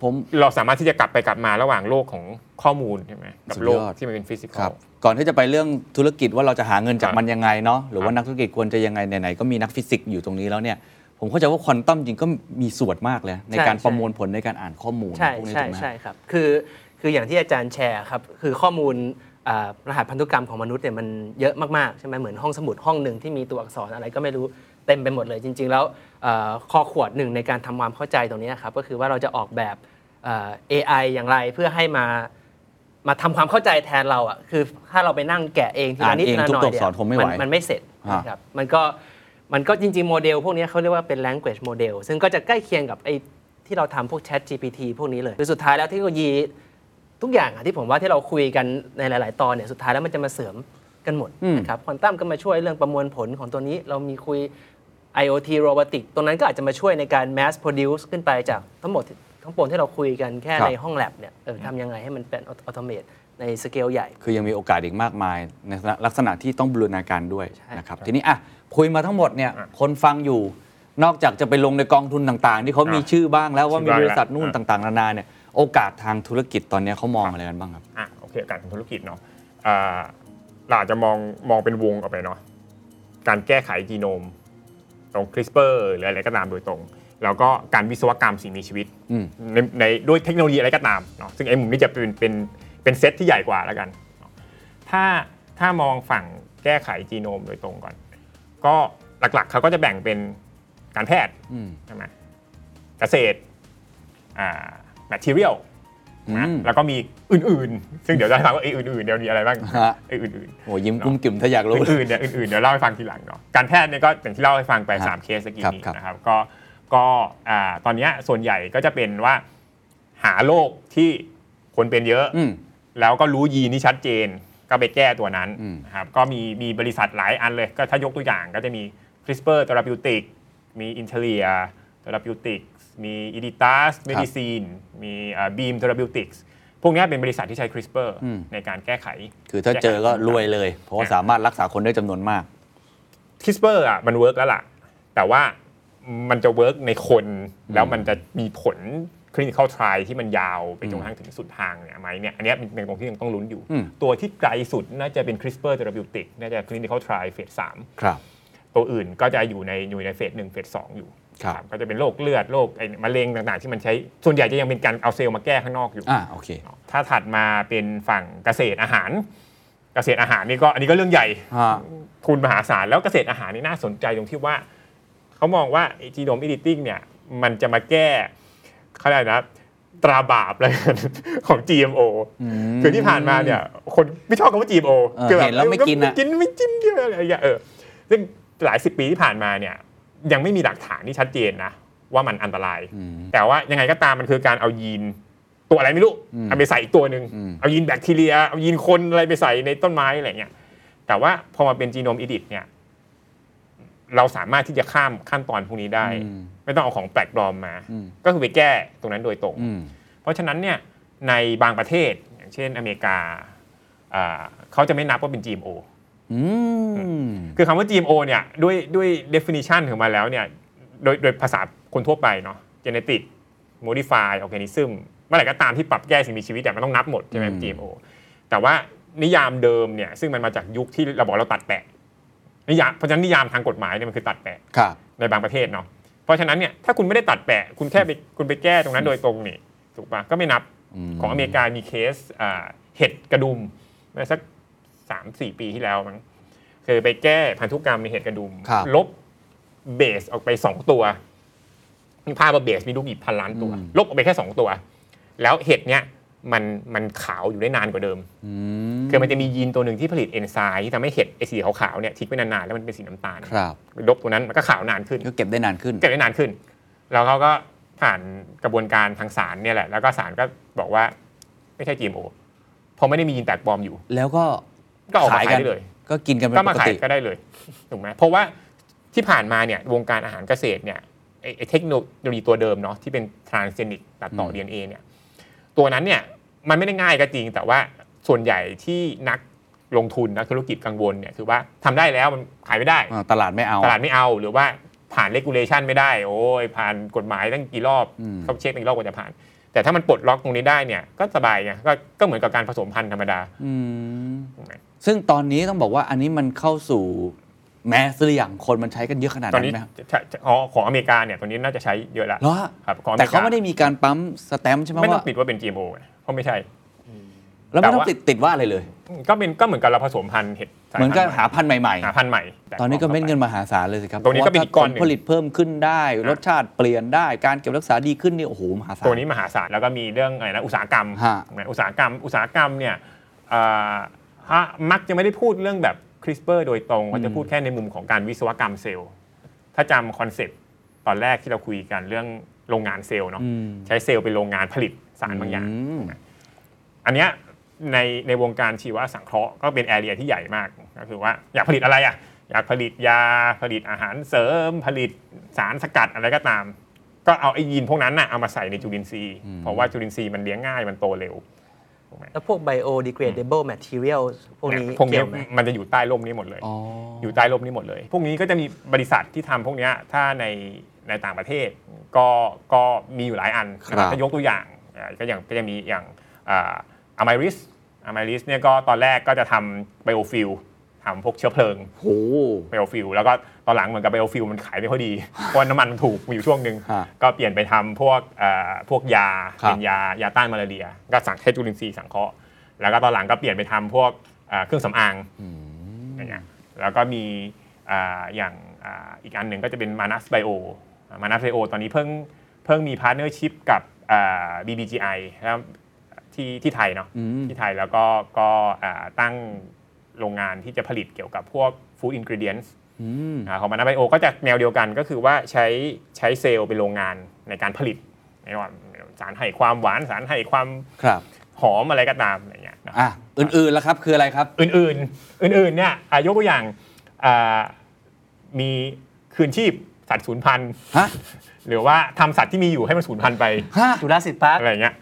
S2: ผม
S1: เราสามารถที่จะกลับไปกลับมาระหว่างโลกของข้อมูลใช่ไหมกับ
S2: สุดยอด
S1: โลกที่มันเป็นฟิสิก
S2: ครับ
S1: ส์
S2: ก่อนที่จะไปเรื่องธุรกิจว่าเราจะหาเงินจาก
S1: ครับ
S2: มันยังไงเนาะหรือ
S1: ครั
S2: ว่า
S1: บ
S2: นักธุรกิจควรจะยังไงไหนๆก็มีนักฟิสิกส์อยู่ตรงนี้แล้วเนี่ย ผมเข้าใจว่าควอนตัมจริงก็มีส่วนมากเลย ใน
S3: ใช่
S2: การ
S3: ใช่
S2: ประมวลผลในการอ่านข้อมูล
S3: ใช่
S2: พวกนี้
S3: ใช่
S2: ถูกไหม
S3: ใช่ครับ คือคืออย่างที่อาจารย์แชร์ครับ คือข้อมูลอ่ารหัสพันธุกรรมของมนุษย์เนี่ยมันเยอะมากๆ ใช่ไหมเหมือนห้องสมุดห้องหนึ่งที่มีตัวอักษรอะไรก็ไม่รู้เต็มไปหมดเลยจริง ๆ แล้วเอ่อข้อขวดหนึ่งในการทำความเข้าใจตรงนี้นะครับ ก็คือว่าเราจะออกแบบเอ่อ AI อย่างไรเพื่อให้มามาทำความเข้าใจแทนเราอ่ะคือถ้าเราไปนั่งแกะเองทีละนิดทีละหน่อยเนี่ยมันมันไม่เสร็จนะครับมันก็มันก็จริง ๆ โมเดลพวกนี้เขาเรียกว่าเป็น language model ซึ่งก็จะใกล้เคียงกับไอ ที่เราทำพวก Chat GPT พวกนี้เลยคือสุดท้ายแล้วเทคโนโลยีทุกอย่างอะที่ผมว่าที่เราคุยกันในหลาย ๆ ตอนเนี่ยสุดท้ายแล้วมันจะมาเสริมกันหมดนะครับควอนตัมก็มาช่วยเรื่องประมวลผลของตัวนี้เรามีคุย IoT robotic ตรงนั้นก็อาจจะมาช่วยในการ mass produce ขึ้นไปจากทั้งหมดทั้งปวงที่เราคุยกันแค่ในห้องแลบเนี่ยเออทำยังไงให้มันเป็น automate ในสเกลใหญ่
S2: คือยังมีโอกาสอีกมากมายในลักษณะที่ต้องบูรณาการด้วย
S3: ใช่
S2: นะครับทีนี้อ่ะคุยมาทั้งหมดเนี่ยคนฟังอยู่นอกจากจะไปลงในกองทุนต่างๆ ที่เขามี
S1: อ่ะ
S2: ชื่อบ้างแล้วว่า
S1: ชื่อ
S2: มี
S1: บ้าง
S2: บริษัท
S1: แล้ว
S2: นู่น
S1: อ่ะ
S2: ต่างๆนานาเนี่ยโอกาสทางธุรกิจตอนเนี้ยเขามองอะไรกันบ้างครับ
S1: อ่ะโอเคการทำธุรกิจเนาะอ่าเราอาจจะมองมองเป็นวงออกไปเนาะการแก้ไขจีโนม ตรง CRISPR หรืออะไรก็ตามโดยตรง แล้วก็การวิศวกรรมสิ่งมีชีวิต
S2: อืม
S1: ในในด้วยเทคโนโลยีอะไรก็ตามเนาะซึ่งไอ้มุมนี้จะเป็นเป็นเป็นเซตที่ใหญ่กว่าแล้วกันเนาะถ้าถ้ามองฝั่งแก้ไขจีโนมโดยตรงก่อน ก็หลักๆเขาก็จะแบ่งเป็นการแพทย์
S2: อืม
S1: ใช่ไหมเกษตรอ่า material นะ
S2: อืม
S1: แล้วก็มีอื่นๆ ซึ่งเดี๋ยวจะให้ฟังว่าไอ้อื่นๆเดี๋ยวมีอะไรบ้าง
S2: ฮะ
S1: ไอ้อื่น
S2: โหยิ้มกุ้มกิ่มถ้าอยาก
S1: ๆ
S2: รู้
S1: อื่นๆเนี่ยอื่นๆเดี๋ยวเล่าให้ฟังทีหลังเนาะการแพทย์เนี่ยก็อย่างที่เล่าให้ฟังไป
S2: ครับ
S1: 3 เคสตะกี้นี้
S2: ครับ
S1: นะครับก็ก็อ่าตอนเนี้ยส่วนใหญ่ก็จะเป็นว่าหาโรคที่คนเป็นเยอะ
S2: อืม
S1: แล้วก็รู้ยีนที่ชัดเจนก็ไปแก้ตัวนั้น
S2: อืม
S1: นะครับก็มีมีบริษัทหลายอันเลย ก็ถ้ายกตัวอย่างก็จะมี CRISPR Therapeutic มี Intelia Therapeutic มี Editas Medicine มีเอ่อ Beam Therapeutics พวกเนี้ยเป็นบริษัทที่ใช้ CRISPR
S2: อืม
S1: ในการแก้ไข
S2: คือถ้าเจอก็รวยเลย เพราะว่าสามารถรักษาคนได้จำนวนมาก
S1: CRISPR อ่ะมันเวิร์กแล้วล่ะ แต่ว่ามันจะเวิร์กในคนแล้วมันจะมีผล clinical trial ที่มันยาวไปจนกระทั่งถึงสุดทางเนี่ยไหมเนี่ยอันเนี้ยเป็นตรงที่ยังต้องลุ้นอยู่
S2: อืม
S1: ตัวที่ไกลสุดน่าจะเป็น CRISPR therapeutic น่าจะ clinical trial phase
S2: ครับ
S1: 3ตัวอื่นก็จะอยู่ในอยู่ในเฟสหนึ่งเฟสสองอยู่
S2: ครับ
S1: ก็จะเป็นโรคเลือดโรคไอ้มะเร็งต่างๆ ที่มันใช้ส่วนใหญ่จะยังเป็นการเอาเซลล์มาแก้ข้างนอกอยู่
S2: อ่าโอเค
S1: ถ้าถัดมาเป็นฝั่งเกษตรอาหาร เกษตรอาหารนี่ก็อันนี้ก็เรื่องใหญ่
S2: ฮะ
S1: ทุนมหาศาลแล้วเกษตรอาหารนี่น่าสนใจตรงที่ว่า เขามองว่าจีโนมอิดิติ้งเนี่ย มันจะมาแก้เขาเรียกอะไรนะตราบาปอะไรกันของ GMO คือที่ผ่านมาเนี่ย คนไม่ชอบคำว่า GMO
S2: เออ
S1: คืบบ
S2: เห็นแล้วไม่กินอะ
S1: ไม่กินไม่กินเดียวอะไรอย่างเงี้ยเออ ซึ่งหลายสิบปีที่ผ่านมาเนี่ยยังไม่มีหลักฐานที่ชัดเจนนะว่ามันอันตราย
S2: อืม
S1: แต่ว่ายังไงก็ตามมันคือการเอายีนตัวอะไรไม่รู้
S2: อืม
S1: เอาไปใส่อีกตัวหนึ่ง
S2: อืม
S1: เอายีนแบคทีเรีย เอายีนคนอะไรไปใส่ในต้นไม้อะไรเงี้ยแต่ว่าพอมาเป็นจีโนมอิดิเนี่ยเราสามารถที่จะข้ามขั้นตอนพวกนี้ได้
S2: อืม
S1: ไม่ต้องเอาของแปลกปลอมมา
S2: อืม
S1: ก็คือไปแก้ตรงนั้นโดยตรง
S2: อืม
S1: เพราะฉะนั้นเนี่ยในบางประเทศอย่างเช่นอเมริกาอ่าเขาจะไม่นับว่าเป็น GMO
S2: อืม
S1: คือคำว่า GMO เนี่ยด้วยด้วย definition ของมันแล้วเนี่ยโดยโดยภาษาคนทั่วไปเนาะ genetic modify organism เมื่อไหร่ก็ตามที่ปรับแก้สิ่งมีชีวิตแต่ยมันต้องนับหมดใช่ไหม
S2: อืม
S1: GMO แต่ว่านิยามเดิมเนี่ยซึ่งมันมาจากยุคที่เราบอกเราตัดแปะนิยามเพราะฉะนั้นนิยามทางกฎหมายเนี่ยมันคือตัดแปะ
S2: ครับ
S1: ในบางประเทศเนาะ เพราะฉะนั้นเนี่ยถ้าคุณไม่ได้ตัดแปะ คุณแค่ไปคุณไปแก้ตรงนั้นโดยตรงนี่ถูกปะก็ไม่นับ
S2: อืม
S1: ของอเมริกามีเคสอ่าเห็ดกระดุมเมื่อสักสามสี่ปีที่แล้วมั้งคือไปแก้พันธุกรรมในเห็ดกระดุม
S2: ครับ
S1: ลบเบสออกไปสองตัวมีภาพว่าเบสมีลูกหยิบพันล้านตัว
S2: อืม
S1: ลบออกไปแค่สองตัว แล้วเห็ดเนี่ยมันมันขาวอยู่ได้นานกว่าเดิม
S2: อื
S1: คือมันจะมียีนตัวหนึ่งที่ผลิตเอนไซม์ที่ทำให้เห็ดไอสีขาวๆเนี่ยทิ้งไว้นานๆแล้วมันเป็นสีน้ำตาล
S2: ครับ
S1: ลบตัวนั้นมันก็ขาวนานขึ้น
S2: ก็เก็บได้นานขึ้น
S1: เก็บได้นานขึ้น แล้วเขาก็ผ่านกระบวนการทางศาลเนี่ยแหละ แล้วก็ศาลก็บอกว่าไม่ใช่ GMO เพราะไม่ได้มียีนแปลกปลอมอยู่
S2: แล้วก็
S1: ก็ออกมาขายได้เลย
S2: ก็กินกันเป็น
S1: ก็
S2: ป
S1: มากขาย
S2: ติ
S1: ก็ได้เลย ถูกไหมเพราะว่าที่ผ่านมาเนี่ยวงการอาหารเกษตรเนี่ยไอ้ไอ้เทคโนโลยีตัวเดิมเนาะที่เป็นทรานเซนิกตัดต่อ
S2: อืม
S1: DNA เนี่ยตัวนั้นเนี่ยมันไม่ได้ง่ายก็จริง แต่ว่าส่วนใหญ่ที่นักลงทุนนักธุรกิจกังวลเนี่ยคือว่าทำได้แล้วมันขายไม่ได้
S2: อ่าตลาดไม่เอา
S1: ตลาดไม่เอาหรือว่าผ่านเลกูเลชันไม่ได้ โอ้ยผ่านกฎหมายตั้งกี่รอบ
S2: อืม
S1: เขาเช็คอีกรอบกว่าจะผ่าน แต่ถ้ามันปลดล็อกตรงนี้ได้เนี่ยก็สบายไงก็ก็เหมือนกับการผสมพันธุ์ธรรมดา
S2: อืม
S1: ถูกไหม
S2: ซึ่งตอนนี้ต้องบอกว่าอันนี้มันเข้าสู่แมสหรือยังคนมันใช้กันเยอะขนาด
S1: ตอน
S2: นั้
S1: นี้
S2: นไหมครับ
S1: ใช่ใช่อ๋อของอเมริกาเนี่ยตอนนี้น่าจะใช้เยอะละ
S2: เหรอฮะ
S1: ครับของอเม
S2: แต่
S1: ริกา
S2: เขาไม่ได้มีการปั๊มสแตมป์ใช่ไหม
S1: ไม่ต้อ
S2: ว่าง
S1: ปิดว่าเป็น GMO ไงเพราะไม่ใช่
S2: แล้วไม่ต้อ
S1: แต่ว่า
S2: งติดติดว่าอะไรเลย
S1: ก็เป็นก็เหมือนกับเราผสมพันธุ์เห็ดสย
S2: เหมือนกับ
S1: พัธุ์
S2: หาพันธุ์ใหม่
S1: หาพันธุ์ใหม่แ
S2: ๆ ตอนนี้ก็เม็ดเงินมหาศาลเลยสิครับ
S1: ตรงนี้ก็เป็นอีกก้อนหนึ่ง
S2: พราะว่าถ้าผลผลิตเพิ่มขึ้นได้ รสชาติเปลี่ยนได้การเก็บรักษาดีขึ้นนี่โอ้โหมหาศาล
S1: ตัวนี้มหาศาลแล้วก็มีเรื่องอะไรนะอุตสาหกรรม
S2: ฮะ
S1: ถูกไหมอุตสาหกรรม อุตสาหกรรมเนี่ยเอ่อฮะมักจะไม่ได้พูดเรื่องแบบคริสเปอร์โดยตรงเขาจะพูดแค่ในมุมของการวิศวกรรมเซลล์ ถ้าจำคอนเซปต์ตอนแรกที่เราคุยกันเรื่องโรงงานเซลล์เนาะ
S2: อืม
S1: ใช้เซลล์เป็นโรงงานผลิตสารบางอย่าง
S2: ม
S1: อันเนี้ยในในวงการชีวสังเคราะห์ก็เป็นแอเรียที่ใหญ่มากก็คือว่าอยากผลิตอะไรอ่ะอยากผลิตยาผลิตอาหารเสริม ผลิตสารสกัดอะไรก็ตาม ก็เอาไอ้ยีนพวกนั้นน่ะเอามาใส่ในจุลินทรีย์
S2: อืม
S1: เพราะว่าจุลินทรีย์มันเลี้ยงง่ายมันโตเร็ว
S3: แล้วพวก biodegradable material พวกนี้
S1: พวกนี้
S3: เกี่ยวไหม
S1: มันจะอยู่ใต้ร่มนี้หมดเลย
S2: อ๋ออ
S1: อยู่ใต้ร่มนี้หมดเลย พวกนี้ก็จะมีบริษัทที่ทำพวกเนี้ยถ้าในในต่างประเทศก็ก็มีอยู่หลายอัน
S2: ครับ
S1: นะครับถ้ายกตัวอย่างอ่าก็อย่างก็จะมีอย่างอามาริสอามาริสเนี่ยก็ตอนแรกก็จะทำไบโอฟิลทำพวกเชื้อเพลิง
S2: โอ้โห
S1: ไบโอฟิลแล้วก็ตอนหลังเหมือนกับไบโอฟิลมันขายไม่ค่อยดี เพราะว่าน้ำมันมันถูกมีอยู่ช่วงหนึ่ง
S2: ฮะ
S1: ก็เปลี่ยนไปทำพวกอ่าพวกยา
S2: ครับ
S1: เป็นยายาต้านมาลาเรีย ก็สั่งให้จุลินทรีย์สังเคราะห์แล้วก็ตอนหลังก็เปลี่ยนไปทำพวกอ่าเครื่องสำอาง
S2: อืม
S1: อย่างเงี้ยแล้วก็มีอ่าอย่างอ่าอีกอันหนึ่งก็จะเป็นมานัสไบโอมานัสไบโอตอนนี้เพิ่งเพิ่งมีพาร์ทเนอร์ชิพกับอ่า BBGI นะครับที่ที่ไทยเนาะ
S2: อืม
S1: ที่ไทยแล้วก็ก็อ่าตั้งโรงงานที่จะผลิตเกี่ยวกับพวกฟู้ดอินกริเดียนส์
S2: อืม
S1: ของมานัสไบโอก็จะแนวเดียวกันก็คือว่าใช้ใช้เซลล์เป็นโรงงานในการผลิตไม่ว่าสารให้ความหวานสารให้ความ
S2: ครับ
S1: หอมอะไรก็ตามอะไรเงี้ยนะครับ
S2: อ่ะ อื่นๆล่ะครับ คืออะไรครับ
S1: อื่นๆ อื่นๆ เนี่ยอ่ะยกตัวอย่างอ่ามีคืนชีพสัตว์สูญพันธุ์
S2: ฮะ
S1: หรือว่าทำสัตว์ที่มีอยู่ให้มันสูญพันธุ์ไป
S2: ฮะ
S3: จุฬาสิทธิ์พาร์ค
S1: อะไรอย่างเงี้ย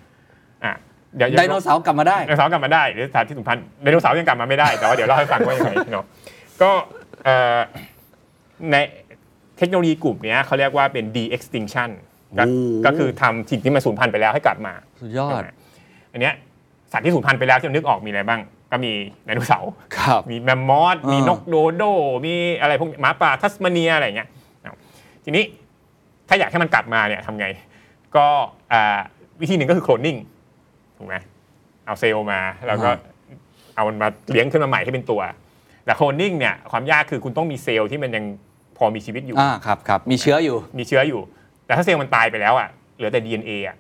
S1: อ่ะ เดี๋ยว
S2: ไดโนเสาร์กลับมาได้
S1: ไดโนเสาร์กลับมาได้ หรือสัตว์ที่สูญพันธุ์ ไดโนเสาร์ยังกลับมาไม่ได้ แต่ว่าเดี๋ยวเล่าให้ฟังว่ายังไงเนาะ ก็เอ่อในเทคโนโลยีกลุ่มเนี้ยเขาเรียกว่าเป็น de-extinction ก็
S2: โอ้
S1: ก็คือทำสิ่งที่มันสูญพันธุ์ไปแล้วให้กลับมา
S2: สุดยอด
S1: อันเนี้ยสัตว์ที่สูญพันธุ์ไปแล้วที่เรานึกออกมีอะไรบ้าง ก็มีไดโนเสาร์
S2: ครับ
S1: มีแมมมอสมี
S2: อ่าน น
S1: กโดโด มีอะไรพวกนี้หมาป่าทัสมาเนียอะไรอย่างเงี้ยนะครับทีนี้ถ้าอยากให้มันกลับมาเนี่ยทำไง ก็อ่าวิธีหนึ่งก็คือโคลนนิ่งถูกไหมเอาเซลล์มา แล้วก็
S2: อ่า
S1: เอามันมาเลี้ยงขึ้นมาใหม่ให้เป็นตัว แต่โคลนนิ่งเนี่ยความยากคือคุณต้องมีเซลล์ที่มันยังพอมีชีวิตอยู่
S2: อ่า ครับครับ มีเชื้ออยู่
S1: มีเชื้ออยู่ แต่ถ้าเซลล์มันตายไปแล้วอ่ะเหลือแต่ DNA อ่ะ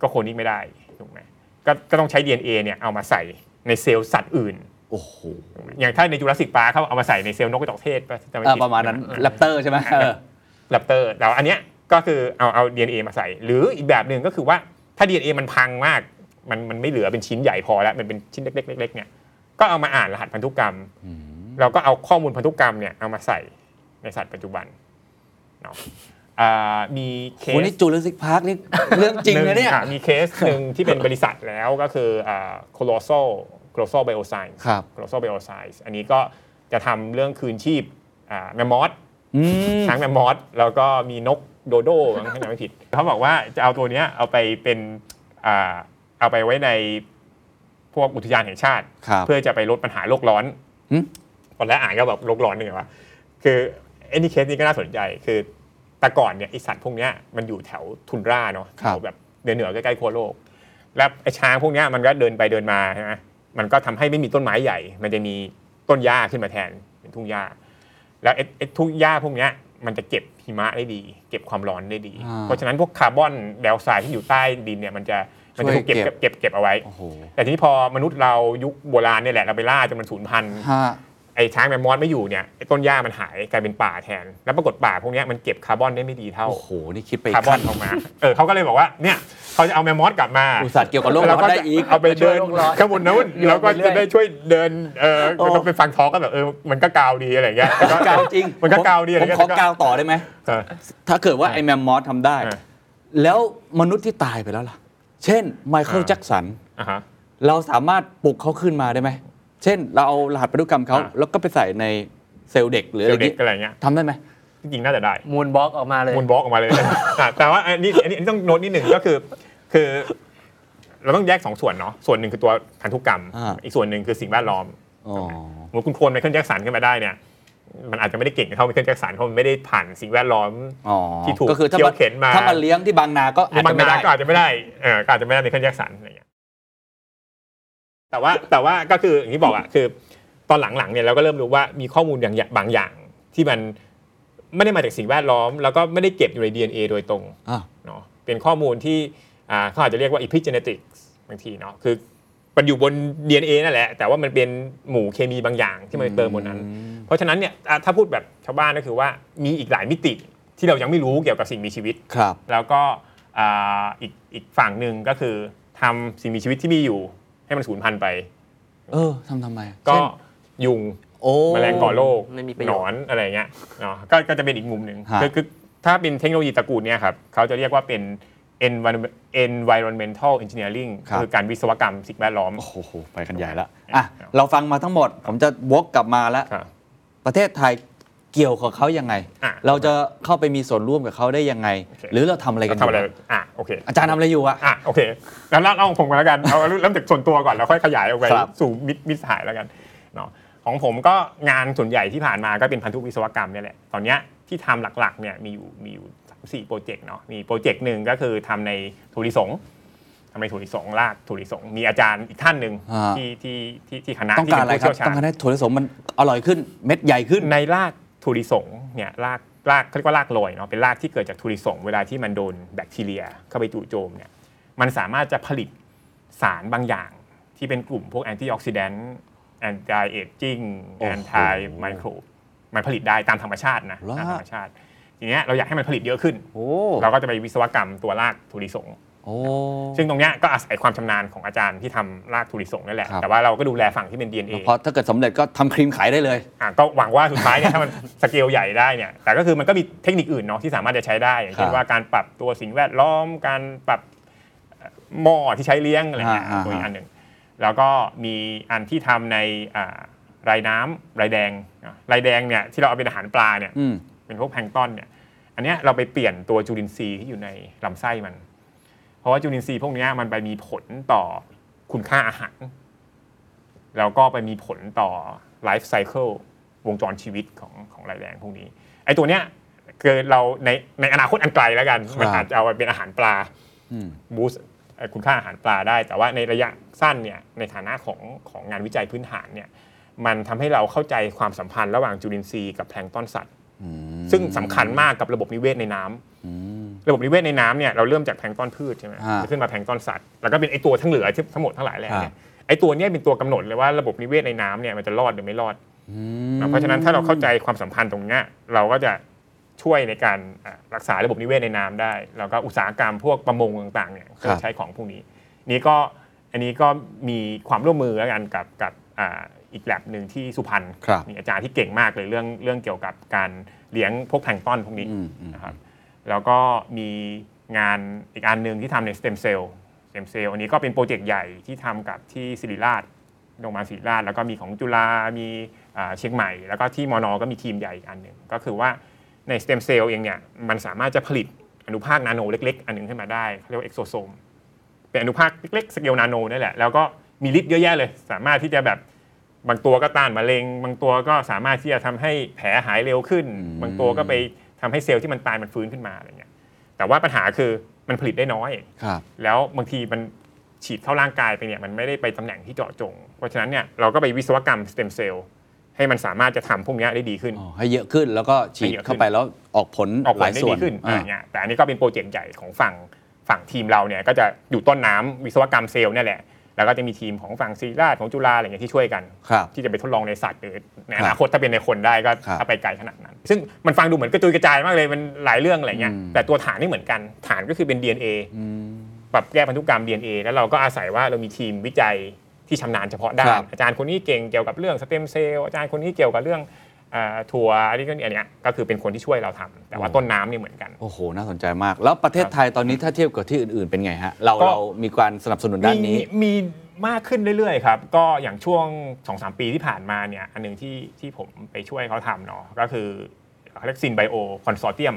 S1: ก็โคลนนิ่งไม่ได้ถูกไหมก็ก็ต้องใช้ DNA เนี่ยเอามาใส่ในเซลล์สัตว์อื่น
S2: โอ้โห
S4: Oh.
S1: อย่างถ้าในจูราสสิกปาร์คเขาเอามาใส่ในเซลล์นกกระจอกเทศปะจำไผิด
S2: อ่าประมาณนั้นแรปเตอร์ใช่ไหมเออ
S1: แรปเตอร์แต่ว่าอันเนี้ยก็คือเอาเอา DNA มาใส่ หรืออีกแบบหนึ่งก็คือว่าถ้า DNA มันพังมาก มันมันไม่เหลือเป็นชิ้นใหญ่พอแล้ว มันเป็นชิ้นเล็กๆเล็กๆเนี่ยก็เอามาอ่านรหัสพันธุกรรม เราก็เอาข้อมูลพันธุกรรมเนี่ยเอามาใส่ในสัตว์ปัจจุบันเนาะอ่ามีเค
S2: โห
S1: ส
S2: นี่จูเลสิกพาร์คนี่ เรื่องจริงนะเนี่ย
S1: หอ่มีเคสหนึ่งที่เป็นบริษัทแล้วก็คือโคโลโซโคโลโซไบโอไซน์
S2: ครับ
S1: โคโลโซไบโอไซน์อันนี้ก็จะทำเรื่องคืนชีพอ่าแมมมอส
S2: อืม
S1: ช้างแมมมอสแล้วก็มีนกโดโด้มั้งถ้าจำไม่ผิด เขาบอกว่าจะเอาตัวเนี้ยเอาไปเป็นอ่าเอาไปไว้ในพวกอุทยานแห่งชาติ
S2: ครับ
S1: เพื่อจะไปลดปัญหาโลกร้อน
S2: หึ
S1: ตอนแรกอ่านก็แบบโลกร้อนยังไงวะคือไอ้นี่เคสนี้ก็น่าสนใจคือแต่ก่อนเนี่ยไอสัตว์พวกเนี้ยมันอยู่แถวทุนราเนาะแถวแบบเหนือเหนือๆใกล้ๆขั้วโลก แล้วไอ้ช้างพวกเนี้ยมันก็เดินไปเดินมาใช่ไหมมันก็ทำให้ไม่มีต้นไม้ใหญ่ มันจะมีต้นหญ้าขึ้นมาแทนเป็นทุ่งหญ้า แล้วไอ้ไอ้ทุ่งหญ้าพวกเนี้ยมันจะเก็บหิมะได้ดี เก็บความร้อนได้ดี
S2: อ่า
S1: เพราะฉะนั้นพวกคาร์บอนไดออกไซด์ที่อยู่ใต้ดินเนี่ยมันจะมันจะถูกเก็บ
S2: ช่วยเก็
S1: เก็บบ เก็บเก็บเอาไว้
S2: โอ้โห
S1: แต่ทีนี้พอมนุษย์เรายุคโบราณเนี่ยแหละเราไปล่าจนมันสูญพันธุ์
S2: ฮะ
S1: ไอ้ช้างแมมมอสไม่อยู่เนี่ยไอ้ต้นหญ้ามันหายกลายเป็นป่าแทน แล้วปรากฏป่าพวกเนี้ยมันเก็บคาร์บอนได้ไม่ดีเท่า
S2: โอ้โห นี่คิดไปอี
S1: คาร์
S2: ก
S1: บอ
S2: ขั้
S1: น
S2: น
S1: ออกมาเออเขาก็เลยบอกว่าเนี่ยเขาจะเอาแมมมอสกลับมา
S2: อุตสาห์เกี่ยวกับโลก
S1: เรา
S2: เรา
S1: ก็
S2: ได้
S1: จะ
S2: อีก
S1: เอาไปเดิน
S3: ช่วยโลกร้อน
S1: ข้างบนนู้น
S3: โยนไป
S1: แล้วก็
S3: เรื่
S1: จะ
S3: อย
S1: ได้ช่วยเดินเออ
S2: โอ้
S1: เราไปฟังทอล์กก็แบบเออมันก็กาวดีอะไรเงี้ยแล้ว
S2: กาวจริง
S1: มันก็กาวดีอะไร
S2: ผม
S1: เงี้ย
S2: ขอกาวต่อได้ไหม
S1: เออ
S2: ถ้าเกิดว่าไอ้แมมมอสทำได้
S1: อ่า
S2: แล้วมนุษย์ที่ตายไปแล้วล่ะ เช่นไมเคิล
S1: อ่า
S2: แจ็ k สัน
S1: อ่ะฮะ
S2: เราสามารถปลุกเขาขึ้นมาได้ไหม เช่น เราเอารหัสพันธุกรรมเขา
S1: อ่า
S2: แล้วก็ไปใส่ในเซลล์เด็กหรืออะไร
S1: เดี๋ยว
S2: อย่า
S1: เด็ก
S2: งนี้
S1: อะไรเงี้ย
S2: ทำได้ไหม
S1: จริงๆน่าจะได้
S3: มูลบล็อกออกมาเลย
S1: มูลบล็อกออกมาเลย อ่ะแต่ว่าอันนี้อันนี้อันนี้ต้องโน้ตนิดหนึ่งก็คือ คือ เราต้องแยกสองส่วนเนาะส่วนหนึ่งคือตัวพันธุกรรม
S2: อ่า
S1: อีกส่วนหนึ่งคือสิ่งแวดล้อม
S2: อ๋อ
S1: สมมติคุณโคลนไมเคิลแจ็คสันขึ้นมาได้เนี่ย มันอาจจะไม่ได้เก่งเท่าไมเคิลแจ็คสันเพราะมันไม่ได้ผ่านสิ่งแวดล้อม
S2: อ๋อ
S1: ที่ถูก
S2: ก็คือถ้า
S1: เคี่ยวเข็นมา
S2: ถ้ามาเลี้ยงที่บางนาก็อาจ
S1: บา
S2: จะ
S1: ง
S2: ไม่
S1: นา
S2: ได้
S1: ก็อาจจะไม่ได้เออก็อาจจะไม่ได้ไมเคิลแจ็คสันอะไรอย่างเงี้ย แต่ว่าแต่ว่าก็คืออย่างที่บอกอะคือตอนหลังๆเนี่ยเราก็เริ่มรู้ว่ามีข้อมูลอย่างบางอย่างที่มันไม่ได้มาจากสิ่งแวดล้อม แล้วก็ไม่ได้เก็บอยู่ใน DNA โดยตรง
S2: อ่ะ
S1: เนาะเป็นข้อมูลที่อ่าเขาอาจจะเรียกว่า epigenetics บางทีเนาะคือมันอยู่บน DNA นั่นแหละ แต่ว่ามันเป็นหมู่เคมีบางอย่างที่มันไปเติมบนนั้น เพราะฉะนั้นเนี่ยอ่ะถ้าพูดแบบชาวบ้านก็คือว่ามีอีกหลายมิติที่เรายังไม่รู้เกี่ยวกับสิ่งมีชีวิต
S2: ครับ
S1: แล้วก็อ่าอีกอีกฝั่งหนึ่งก็คือทำสิ่งมีชีวิตที่มีอยู่ ให้มันสูญพันธุ์ไป
S2: เออทำทำไม
S1: ก็
S2: เช่น
S1: ยุง
S2: โอ้
S1: แมลงก่อโรค
S3: ไม่มีประ
S1: ห
S3: โย
S1: น
S3: ชน์
S1: อนอะไรเงี้ยเนาะก็ก็จะเป็นอีกมุมหนึ่ง
S2: ฮะ
S1: คือคือถ้าเป็นเทคโนโลยีตระกูลเนี่ยครับเขาจะเรียกว่าเป็น environment- environmental engineering
S2: ครับ
S1: คือการวิศวกรรมสิ่งแวดล้อม
S2: โอ้โห ไปกันใหญ่ละอ่ะ เราฟังมาทั้งหมด ผมจะวกกลับมาแล้ว
S1: ครับ
S2: ประเทศไทยเกี่ยวกับเขายังไง
S1: อ่ะ
S2: เราจะเข้าไปมีส่วนร่วมกับเขาได้ยังไง
S1: โอเค
S2: หรือเราทำอะไรกันอ
S1: ทำอะไร
S2: ยู่
S1: อ่ะโอเค
S2: อาจารย์ทำอะไรอยู่อะ
S1: อ่ะโอเคแล้วเล่าเอาของผมกันแล้วกันเอา เอาเริ่มจากส่วนตัวก่อนแล้วค่อยขยายออกไป
S2: ครับ
S1: สู่มิตรมิตรสหายแล้วกันเนาะของผมก็งานส่วนใหญ่ที่ผ่านมาก็เป็นพันธุวิศวกรรมเนี่ยแหละตอนเนี้ยที่ทำหลักๆเนี่ยมีอยู่มีอยู่สามสี่โปรเจกต์เนาะมีโปรเจกต์หนึ่งก็คือทำในถั่วลิสงทำในถั่วลิสงลากถั่วลิสงมีอาจารย์อีกท่านหนึ่ง
S2: อ่า
S1: ที่ที่ที่ที่คณะ
S2: ต้อง
S1: ที่
S2: กา
S1: เป็น
S2: รอะไร
S1: ผู้
S2: ครับ
S1: เชี่ยวชา
S2: ต้อง
S1: ญ
S2: การให้ถั่วลิสงมันอร่อยขึ้น เม็ดใหญ่ขึ้น
S1: ในรากทุริสงเนี่ยรากรากเขาเรียกว่ารากลอยเนาะเป็นรากที่เกิดจากทุริสงเวลาที่มันโดนแบคทีเรีย เข้าไปจู่โจมเนี่ยมันสามารถจะผลิตสารบางอย่าง ที่เป็นกลุ่มพวกแอนตี้ออกซิแดนต์แอนตี้เอจจิ้ง
S2: โอ้
S1: แอ
S2: โห
S1: นท i ไมโครมันผลิตได้ตามธรรมชาตินะ
S2: เหรอ
S1: ตามธรรมชาติ ทีเนี้ยเราอยากให้มันผลิตเยอะขึ้น
S2: โอ้
S1: เราก็จะไปวิศวกรรมตัวรากทุริสง
S2: โอ้
S1: ซึ่งตรงเนี้ยก็อาศัยความชำนาญของอาจารย์ที่ทำรากทุริสงนั่นแหละ
S2: ครับ
S1: แต่ว่าเราก็ดูแลฝั่งที่เป็น DNA
S2: เพราะถ้าเกิดสำเร็จก็ทำครีมขายได้เลย
S1: อ่ะก็หวังว่าสุดท้ายเนี่ย ถ้ามัน สเกลใหญ่ได้เนี่ยแต่ก็คือมันก็มีเทคนิคอื่นเนาะที่สามารถจะใช้ได้อย่างเช่
S2: ครั
S1: น
S2: บ
S1: ว่าการปรับตัวสิ่งแวดล้อม การปรับเอ่อหม้อที่ใช้เลี้ยงอะไรเงี้ย
S2: อ่าอ่า
S1: ตัวอีกอันหนึ่งแล้วก็มีอันที่ทำในอ่ารายน้ำรายแดงอ่ะรายแดงเนี่ยที่เราเอาเป็นอาหารปลาเนี่ย
S2: อืม
S1: เป็นพวกแพลงก์ต้นเนี่ยอันเนี้ยเราไปเปลี่ยนตัวจุลินทรีย์ที่อยู่ในลำไส้มัน เพราะว่าจุลินทรีย์พวกเนี้ยมันไปมีผลต่อคุณค่าอาหาร แล้วก็ไปมีผลต่อไลฟ์ไซเคิลวงจรชีวิตของของรายแรงพวกนี้ ไอ้ตัวเนี้ยคือเราในในอนาคตอันไกลแล้วกัน
S2: ครับ
S1: มันอาจจะเอาไปเป็นอาหารปลา
S2: อืม
S1: บูสต์คุณค่าอาหารปลาได้ แต่ว่าในระยะสั้นเนี่ยในฐานะของของงานวิจัยพื้นฐานเนี่ยมันทำให้เราเข้าใจความสัมพันธ์ระหว่างจุลินทรีย์กับแพลงก์ต้นสัตว์ ซึ่งสำคัญมากกับระบบนิเวศในน้ำ
S2: อืม
S1: ระบบนิเวศในน้ำเนี่ยเราเริ่มจากแพลงก์ต้อนพืชใช่ไหม
S2: ฮะ
S1: ขึ้นมาแพลงก์ต้อนสัตว์ แล้วก็เป็นไอตัวทั้งเหลือที่ทั้งหมดทั้งหลายแหล่เนี่ย ไอ้ตัวเนี้ยเป็นตัวกำหนดเลยว่าระบบนิเวศในน้ำเนี่ยมันจะรอดหรือไม่รอด เพราะฉะนั้นถ้าเราเข้าใจความสัมพันธ์ตรงเนี้ยเราก็จะช่วยในการอ่ะรักษาระบบนิเวศในน้ำได้แล้วก็อุตสาหกรรมพวกประมงต่างๆเนี่ย
S2: ครับ
S1: ใช้ของพวกนี้ นี่ก็อันนี้ก็มีความร่วมมือแล้วกันกับกับอ่าอีกแลบหนึ่งที่สุพรรณ
S2: ครับ
S1: มีอาจารย์ที่เก่งมากเลยเรื่องเรื่องเกี่ยวกับการเลี้ยงพวกแพลงก์ต้อนพวกนี้
S2: อืมอืม
S1: นะครับแล้วก็มีงานอีกอันหนึ่งที่ทำในสเต็มเซลล์สเต็มเซลล์อันนี้ก็เป็นโปรเจกต์ใหญ่ที่ทำกับที่ศิริราชโรงพยาบาลศิริราช แล้วก็มีของจุฬามีอ่าเชียงใหม่ แล้วก็ที่มอนอก็มีทีมใหญ่อีกอันหนึ่งก็คือว่าในสเต็มเซลล์เองเนี่ยมันสามารถจะผลิตอนุภาคนาโนเล็ก ๆ อันหนึงขึ้นมาได้เขาเรียกว่าเอกโซโซม เป็นอนุภาคเล็กๆสเกลนาโนนี่แหละ แล้วก็มีฤทธิ์เยอะแยะเลย สามารถที่จะแบบบางตัวก็ต้านมะเร็ง บางตัวก็สามารถที่จะทำให้แผลหายเร็วขึ้น บางตัวก็ไปทำให้เซลล์ที่มันตายมันฟื้นขึ้นมาอะไรเงี้ยแต่ว่าปัญหาคือมันผลิตได้น้อย
S2: ครับ
S1: แล้วบางทีมันฉีดเข้าร่างกายไปเนี่ยมันไม่ได้ไปตำแหน่งที่เจาะจง เพราะฉะนั้นเนี่ยเราก็ไปวิศวกรรมสเต็มเซลล์ให้มันสามารถจะทำพวกเนี้ยได้ดีขึ้น
S2: อ๋อให้เยอะขึ้นแล้วก็ฉีด
S1: ให้เยอะขึ้น
S2: เข้าไปแล้วออกผล
S1: ออก
S2: ห
S1: ผ
S2: ลา
S1: ล
S2: ย
S1: ได้
S2: ส่ว
S1: ดี
S2: น
S1: ขึ้นอะไร
S2: อ่า
S1: เงี้ยแต่อันนี้ก็เป็นโปรเจกต์ใหญ่ของฝั่งฝั่งทีมเราเนี่ยก็จะอยู่ต้นน้ำวิศวกรรมเซลล์เนี่ยแหละ แล้วก็จะมีทีมของฝั่งซีราชของจุฬาอะไรเงี้ยที่ช่วยกัน
S2: ครับ
S1: ที่จะไปทดลองในสัตว์หรือใน
S2: ครับ
S1: อนาคตถ้าเป็นในคนได้ก็
S2: ครับ
S1: ถ้าไปไกลขนาดนั้น ซึ่งมันฟังดูเหมือนกระจุยกระจายมากเลยมันหลายเรื่องอะไรเงี้ย
S2: อืม
S1: แต่ตัวฐานไม่เหมือนกันฐานก็คือเป็น DNA
S2: อืม
S1: ปรับแก้พันธุกรรม DNA แล้วเราก็อาศัยว่าเรามีทีมวิจัยที่ชำนาญเฉพาะด้า
S2: ครั
S1: น
S2: บ
S1: อาจารย์คนนี้เก่งเกี่ยวกับเรื่องสเต็มเซลล์อาจารย์คนนี้เกี่ยวกับเรื่องเอ่อถั่วอะไรก็เนี่ยอันเนี้ยก็คือเป็นคนที่ช่วยเราทำแต่ว่าต้นน้ำนี่เหมือนกัน
S2: โอ้โห น่าสนใจมาก แล้วประเทศไทยตอนนี้ถ้าเทียบกับที่อื่น ๆ เป็นไงฮะ เรา
S1: ก็
S2: เรามีการสนับสนุนด้านนี้
S1: มีมีมากขึ้นเรื่อยๆครับ ก็อย่างช่วง 2-3 ปีที่ผ่านมาเนี่ยอันหนึงที่ที่ผมไปช่วยเขาทำเนาะก็คือเขาเรียกซินไบโอคอนโซเทียม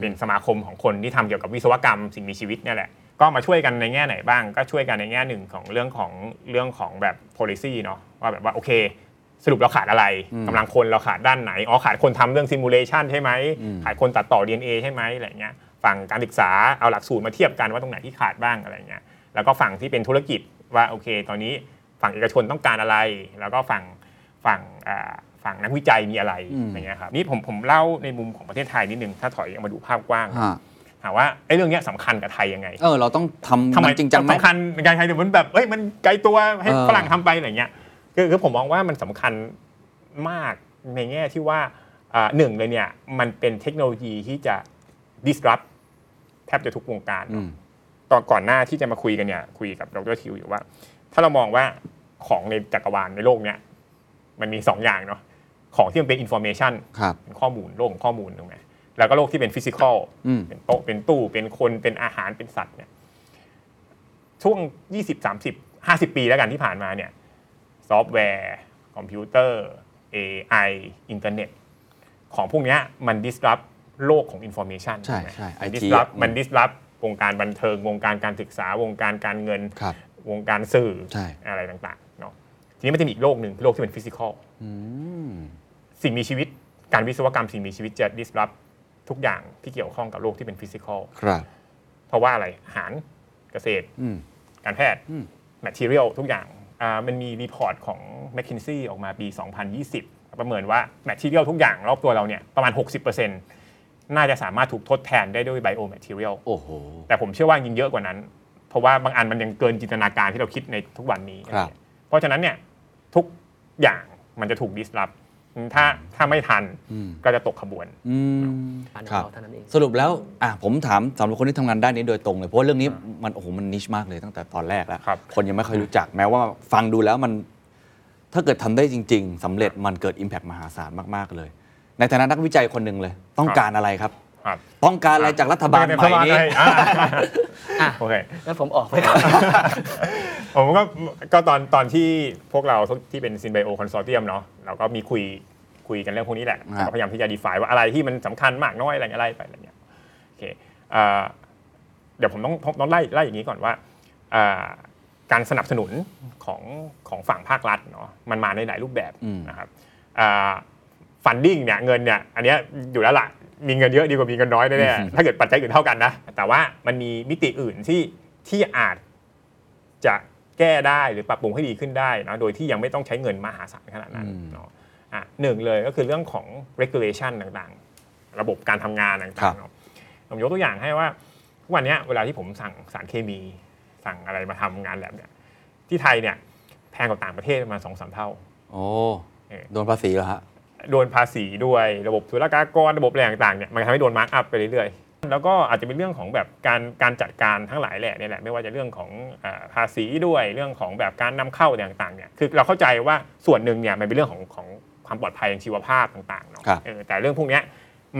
S1: เป็นสมาคมของคนที่ทำเกี่ยวกับวิศวกรรมสิ่งมีชีวิตเนี่ยแหละ ก็มาช่วยกันในแง่ไหนบ้าง ก็ช่วยกันในแง่หนึ่งของเรื่องของเรื่องของแบบ policy เนาะว่าแบบว่าโอเค สรุปเราขาดอะไรกำลังคนเราขาดด้านไหน อ๋อ ขาดคนทำเรื่องซิมูเลชันใช่ไหม ขาดคนตัดต่อ DNA ใช่ไหมอะไรเงี้ย ฝั่งการศึกษาเอาหลักสูตรมาเทียบกันว่าตรงไหนที่ขาดบ้างอะไรเงี้ย แล้วก็ฝั่งที่เป็นธุรกิจว่าโอเค ตอนนี้ฝั่งเอกชนต้องการอะไร แล้วก็ฝั่งฝั่งอ่าฝั่งนักวิจัยมีอะไรอะไรเงี้ยครับ นี่ผมผมเล่าในมุมของประเทศไทยนิดนึง ถ้าถอยออกมาดูภาพกว้าง
S2: ฮะ
S1: ถามว่าไอ้เรื่องเนี้ยสำคัญกับไทยยังไง
S2: เออ เราต้องทำ
S1: ทำไม
S2: มันจริงจังไหม
S1: สำคัญในการใครเดี๋ยวมันแบบเอ้ยมันไกลตัวให้
S2: เออ
S1: ฝรั่งทำไปอะไรเงี้ยคือคือผมมองว่ามันสำคัญมากในแง่ที่ว่าอ่าหนึ่งเลยเนี่ยมันเป็นเทคโนโลยีที่จะ disrupt แทบจะทุกวงการเน
S2: อื
S1: อะ
S2: ม
S1: ตอนก่อนหน้าที่จะมาคุยกันเนี่ยคุยกับดรทิวอยู่ว่า ถ้าเรามองว่าของในจักรวาลในโลกเนี่ยมันมีสองอย่างเนาะของที่มันเป็น information
S2: ครับ
S1: เป็นข้อมูลโลกของข้อมูลถูกไหมแล้วก็โลกที่เป็นฟิสิกอล
S2: อืม
S1: เป็นโต๊ะเป็นตู้เป็นคนเป็นอาหารเป็นสัตว์เนี่ยช่วง 20 30 50 ปีแล้วกันที่ผ่านมาเนี่ยซอฟต์แวร์ คอมพิวเตอร์ AI อินเทอร์เน็ต ของพวกเนี้ยมัน disrupt โลกของ information
S2: ใช่
S1: ถูกไหม
S2: ใช่
S1: มัน
S2: IT
S1: disrupt
S2: อืม
S1: มัน disrupt วงการบันเทิง วงการการศึกษาวงการการเงิน
S2: ครับ
S1: วงการสื่อ
S2: ใช่
S1: อะไรต่างๆเนาะทีนี้มันจะมีอีกโลกหนึ่งคือโลกที่เป็นฟิสิกอล
S2: อืม
S1: สิ่งมีชีวิตการวิศวกรรมสิ่งมีชีวิตจะ disrupt ทุกอย่างที่เกี่ยวข้องกับโลกที่เป็นฟิสิกอล
S2: ครับ
S1: เพราะว่าอะไรอาหารเกษตร
S2: อืม
S1: การแพทย์
S2: อืม
S1: material ทุกอย่างอ่ามันมีรีพอร์ตของ McKinsey ออกมาปี 2020 ประเมินว่า material ทุกอย่างรอบตัวเราเนี่ยประมาณ 60%น่าจะสามารถถูกทดแทนได้ด้วย bio material
S2: โอ้โห
S1: แต่ผมเชื่อว่ายิงเยอะกว่านั้น เพราะว่าบางอันมันยังเกินจินตนาการที่เราคิดในทุกวันนี้
S2: ครับ
S1: เพราะฉะนั้นเนี่ยทุกอย่างมันจะถูกดิสลอฟถ้าถ้าไม่ทันก็จะตกขบวน
S2: อืม
S3: อันของ
S2: ครับ
S3: เราเท่านั้นเอง
S2: สรุปแล้วอ่ะผมถามสำหรับคนที่ทำงานด้านนี้โดยตรงเลย เพราะว่าเรื่องนี้มันโอ้โหมันนิชมากเลยตั้งแต่ตอนแรกแล้ว
S1: ครับ
S2: คนยังไม่ค่อยรู้จักแม้ว่าฟังดูแล้วมัน ถ้าเกิดทำได้จริง ๆสำเร็จมันเกิด Impact มหาศาลมากๆเลย ในฐานะนักวิจัยคนหนึ่งเลย ต้องการอะไรครับ
S1: ครับ
S2: ต้องการอะไรจากรัฐบาลใหม่นี้
S1: รัฐบาล อ่า
S3: อ่ะ
S1: โอเค
S3: แล้วผมออกไปก่อน
S1: ผมก็ก็ตอนตอนที่พวกเราที่เป็นซินไบโอคอนโซเทียมเนาะเราก็มีคุยคุยกันเรื่องพวกนี้แหละ
S2: ครับ
S1: เราพยายามที่จะ define ว่าอะไรที่มันสำคัญมากน้อยอะไรอะไรไปอะไรเงี้ยโอเคเอ่อเดี๋ยวผมต้องต้องไล่ไล่อย่างนี้ก่อนว่าเอ่อการสนับสนุนของของฝั่งภาครัฐเนาะมันมาในหลายรูปแบบนะครับฟันดิ้งเนี่ยเงินเนี่ยอันเนี้ยอยู่แล้วล่ะมีเงินเยอะดีกว่ามีเงินน้อยแน่ ๆถ้าเกิดปัจจัยอื่นเท่ากันนะแต่ว่ามันมีมิติอื่นที่ที่อาจ จะแก้ได้หรือปรับปรุงให้ดีขึ้นได้นะโดยที่ยังไม่ต้องใช้เงินมหาศาลขนาดนั้นเนาะอ่ะหนึ่งเลยก็คือเรื่องของ regulation ต่างๆ ระบบการทำงาน
S2: ครั
S1: ต่า
S2: บ
S1: งๆเนาะผมยกตัวอย่างให้ว่าทุกวันเนี้ยเวลาที่ผมสั่งสารเคมี สั่งอะไรมาทำงานแลบเนี่ยที่ไทยเนี่ย พงกว่าต่างประเทศประมาณสองสามเท่า
S2: โอ้
S1: เออ
S2: โดนภาษีเหรอฮะ
S1: โดนภาษีด้วยระบบศุลกากรระบบอะไรต่างๆเนี่ยมันทำให้โดนมาร์กอัพไปเรื่อยๆ แล้วก็อาจจะเป็นเรื่องของแบบการการจัดการทั้งหลายแหละเนี่ยแหละไม่ว่าจะเรื่องของเอ่อภาษีด้วยเรื่องของแบบการนำเข้าอะไรต่างๆเนี่ยคือเราเข้าใจว่าส่วนหนึ่งเนี่ยมันเป็นเรื่องของของความปลอดภัยทางชีวภาพต่างๆเนาะ
S2: ครับ
S1: เออแต่เรื่องพวกเนี้ย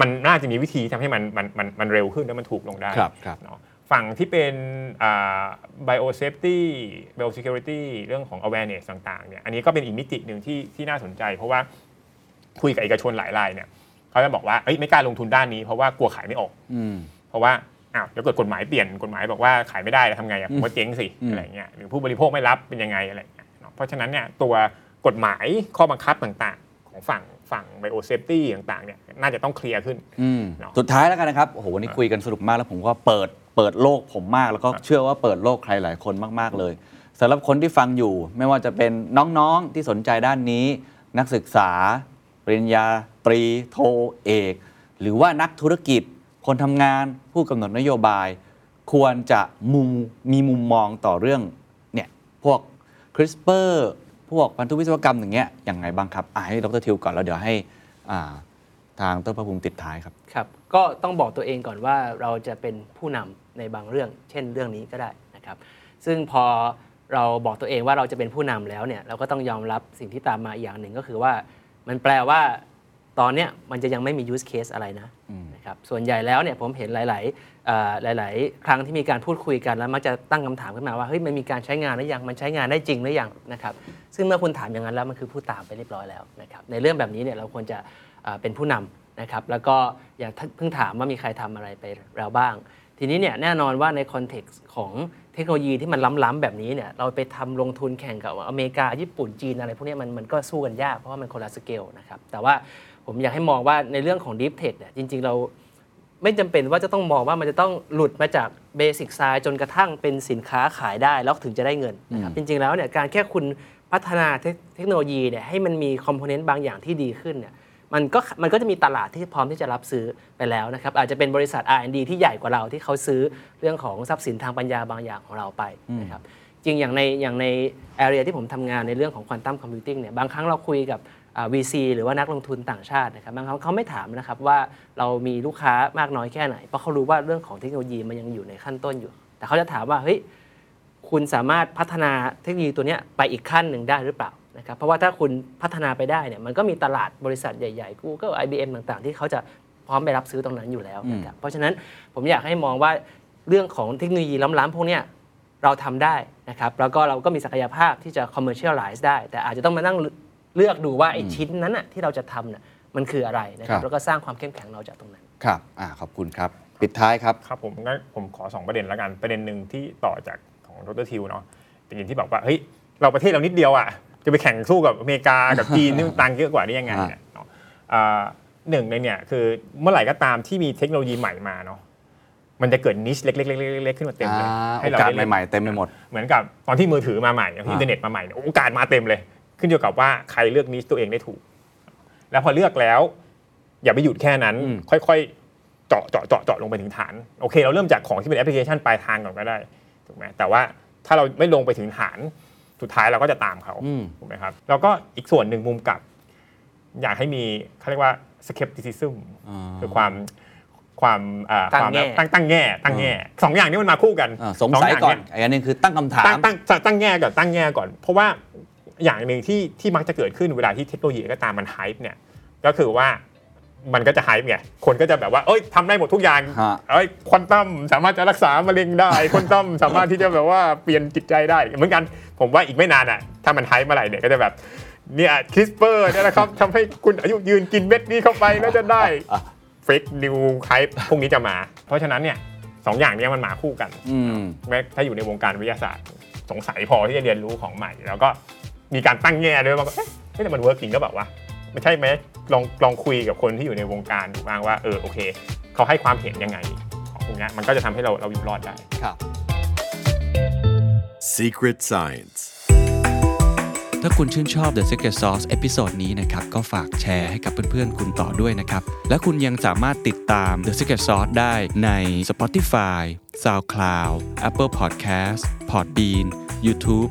S1: มันน่าจะมีวิธีทำให้มันมันมันมันเร็วขึ้นและมันถูกลงได้
S2: ครับครับ
S1: เนาะฝั่งที่เป็นอ่า biosafety biosecurity เรื่องของ awareness ต่างๆเนี่ยอันนี้ก็เป็นอีกมิติหนึ่งที่ที่น่าสนใจ เพราะว่า คุยกับเอกชนหลายรายเนี่ยเขาจะบอกว่าเอ้ยไม่กล้าลงทุนด้านนี้เพราะว่ากลัวขายไม่ออก
S2: อืม
S1: เพราะว่าอ้าวเดี๋ยวเกิดกฎหมายเปลี่ยนกฎหมายบอกว่าขายไม่ได้แล้วทำไงอ่ะ
S2: อื
S1: ผม มว่าเจ๊งสิ
S2: อืม
S1: อะไรเงี้ยหรือผู้บริโภคไม่รับเป็นยังไงอะไรเงี้ยเนาะเพราะฉะนั้นเนี่ยตัวกฎหมายข้อบังคับต่างๆ ของฝั่งฝั่งไบโอเซฟตี้ต่างๆเนี่ยน่าจะต้องเคลียร์ขึ้น
S2: อืม
S1: เนอะ
S2: สุดท้ายแล้วกันนะครับ โอ้โห วันนี้คุยกันสนุกมากแล้วผมว่าเปิดเปิดโลกผมมาก แล้วก็
S1: ครับ
S2: เชื่อว่าเปิดโลกใครหลายคนมาก ๆ เลยสำหรับคนที่ฟังอยู่ ไม่ว่าจะเป็นน้องๆที่สนใจด้านนี้ นักศึกษา ปริญญาตรี โทเอก หรือว่านักธุรกิจ คนทำงานผู้กำหนดนโยบาย ควรจะมุมมีมุมมองต่อเรื่องเนี่ยพวก CRISPR พวกพันธุวิศวกรรมอย่างเงี้ยอย่างไงบ้างครับอ่ะให้ดรทิวก่อนแล้วเดี๋ยวให้อ่าทางต้นพระภูมิติดท้ายครับ
S3: ครับก็ต้องบอกตัวเองก่อนว่าเราจะเป็นผู้นำในบางเรื่อง เช่นเรื่องนี้ก็ได้นะครับ ซึ่งพอเราบอกตัวเองว่าเราจะเป็นผู้นำแล้วเนี่ยเราก็ต้องยอมรับสิ่งที่ตามมาอีกอย่างหนึ่งก็คือว่า มันแปลว่าตอนเนี้ยมันจะยังไม่มี use case อะไรนะนะครับส่วนใหญ่แล้วเนี่ยผมเห็นหลายๆเอ่อหลาย ๆ ครั้งที่มีการพูดคุยกันแล้วมักจะตั้งคำถามขึ้นมาว่าเฮ้ยมันมีการใช้งานหรือยังมันใช้งานได้จริงหรือยังนะครับซึ่งเมื่อคุณถามอย่างนั้นแล้วมันคือผู้ตามไปเรียบร้อยแล้วนะครับในเรื่องแบบนี้เนี่ยเราควรจะเอ่อเป็นผู้นำ นะครับแล้วก็อย่างเพิ่งถามว่ามีใครทำอะไรไปแล้วบ้าง ทีนี้เนี่ยแน่นอนว่าในคอนเท็กซ์ของเทคโนโลยีที่มันล้ำๆแบบนี้เนี่ยเราไปทำลงทุนแข่งกับอเมริกา ญี่ปุ่นจีนอะไรพวกเนี้ยมันมันก็สู้กันยากเพราะว่ามันคนละสเกลนะครับแต่ว่าผมอยากให้มองว่าในเรื่องของ Deep Tech เนี่ยจริง ๆ เรา ไม่จำเป็นว่าจะต้องมองว่ามันจะต้องหลุดมาจากเบสิ c ไซ n ์จนกระทั่งเป็นสินค้าขายได้ แล้วถึงจะได้เงินนะครับจริง ๆ แล้วเนี่ยการแค่คุณพัฒนาเทคเทคโนโลยีเนี่ยให้มันมีคอมโพเนนต์บางอย่างที่ดีขึ้นเนี่ยมันก็มันก็จะมีตลาดที่พร้อมที่จะรับซื้อไปแล้วนะครับอาจจะเป็นบริษัท R&D ที่ใหญ่กว่าเราที่เขาซื้อเรื่องของทรัพย์สินทางปัญญาบางอย่างของเราไปนะครับจริงอย่างในอย่างในแอเรียที่ผมทำงานในเรื่องของควอนตัมคอมพิวติ้งเนี่ยบางครั้งเราคุยกับ อ่า VC หรือว่านักลงทุนต่างชาตินะครับบางครั้งเขาไม่ถามนะครับว่าเรามีลูกค้ามากน้อยแค่ไหน เพราะเขารู้ว่าเรื่องของเทคโนโลยีมันยังอยู่ในขั้นต้นอยู่ แต่เขาจะถามว่าเฮ้ย คุณสามารถพัฒนาเทคโนโลยีตัวเนี้ยไปอีกขั้นหนึ่งได้หรือเปล่านะครับเพราะว่าถ้าคุณพัฒนาไปได้เนี่ยมันก็มีตลาดบริษัทใหญ่ๆ Google IBM ต่างๆ ที่เขาจะพร้อมไปรับซื้อตรงนั้นอยู่แล้วนะครับเพราะฉะนั้นผมอยากให้มองว่าเรื่องของเทคโนโลยีล้ำๆพวกเนี้ยเราทำได้นะครับแล้วก็เราก็มีศักยภาพที่จะ commercialize ได้ แต่อาจจะต้องมานั่งเลือกดูว่าไอ้ชิ้นนั้นน่ะที่เราจะทำน่ะมันคืออะไรนะค
S2: ครั
S3: รับบ แล้วก็สร้างความเข้มแข็งเราจากตรงนั้น
S2: ครับอ่าขอบคุณครับ ปิดท้ายครับ
S1: ครับผมงั้นผมขอ 2 ประเด็นละกันประเด็นหนึ่งที่ต่อจากของดรทิวเนาะเป็นอย่างที่บอกว่าเฮ้ยเราประเทศเรานิดเดียวอะ่ะจะไปแข่งสู้กับอเมริ กากับจีน นี่มันตังค์เยอะกว่าได้ยังไงเนี่ยเนาะอ่าหนึ่งในเนี่ยคือเมื่อไหร่ก็ตามที่มีเทคโนโลยีใหม่มาเนาะมันจะเกิดนิชเล็กๆๆๆๆขึ้นมาเต็มเลย
S2: อ่า
S1: ให้เรา
S2: โอกาส
S1: ได้เล่น
S2: ใหม่ๆเต็มไปหมด
S1: เหมือนกับตอนที่มือถือมาใหม่ตอนที่
S2: อ่า
S1: อินเทอร์เน็ตมาใหม่เนี่ยโอกาสมาเต็มเลย ขึ้นอยู่กับว่าใครเลือกนิชตัวเองได้ถูก แล้วพอเลือกแล้ว อย่าไปหยุดแค่นั้น ค่อยๆ เจาะเจาะเจาะเจาะลงไปถึงฐาน โอเค เราเริ่มจากของที่เป็นแอปพลิเคชันปลายทางก่อนก็ได้ถูกไหมแต่ว่าถ้าเราไม่ลงไปถึงฐานสุดท้ายเราก็จะตามเขา
S2: อืม
S1: ถูกไหมครับ แล้วก็อีกส่วนหนึ่งมุมกลับ อยากให้มีเขาเรียกว่า skepticism
S2: อ่า
S1: คือความความอ่า
S3: ตั้ง
S1: ความ
S3: แง่
S1: ตั้งตั้งแง่ตั้งแง่สองอย่างนี้มันมาคู่กัน
S2: อ่าสงสัย
S1: อา
S2: ก่อน
S1: เ
S2: ไอ้อันหนึงคือตั้งคำถา
S1: ตั้ง
S2: ม
S1: ตั้งตั้งตั้งแง่ก่อนตั้งแง่ก่อน เพราะว่าอย่างหนึ่งที่ที่มักจะเกิดขึ้นเวลาที่เทคโนโลยีก็ตามมันไฮป์เนี่ยก็คือว่ามันก็จะไฮป์ไงคนก็จะแบบว่าเอ้ยทำได้หมดทุกอย่าง
S2: ฮะ
S1: เอ้ยควอนตัมสามารถจะรักษามะเร็งได้ ควอนตัมสามารถที่จะแบบว่าเปลี่ยนจิตใจได้ เหมือนกันผมว่าอีกไม่นานอ่ะถ้ามันไฮป์เมื่อไหร่เนี่ยก็จะแบบเนี่ยคริสเปอร์เนี่ยนะครับทำให้คุณอายุยืนกินเม็ดนี้เข้าไปแล้วจะ ได้เฟกนิวไฮป์พวกนี้จะมา เพราะฉะนั้นเนี่ยสองอย่างเนี้มันมาคู่กัน
S2: อืม
S1: แม้ถ้าอยู่ในวงการวิทยาศาสตร์ สงสัยพอที่จะเรียนรู้ของใหม่ แล้วก็มีการตั้งแง่ด้วยว่าเอ๊ะเอ๊ะแต่มันเวิร์กจริงก็แบบว่าวะไม่ใช่ไหมลองลองคุยกับคนที่อยู่ในวงการดูบ้างว่าเออโอเค เขาให้ความเห็นยังไงของพวกเนี้ยมันก็จะทำให้เราเราอยู่รอดได้
S2: ครับ
S4: Secret Science.
S5: ถ้าคุณชื่นชอบ The Secret Sauce เอพิโซดนี้นะครับ ก็ฝากแชร์ให้กับเพื่อนๆ คุณต่อด้วยนะครับ และคุณยังสามารถติดตาม The Secret Sauce ได้ใน Spotify, SoundCloud, Apple Podcast, Podbean, YouTube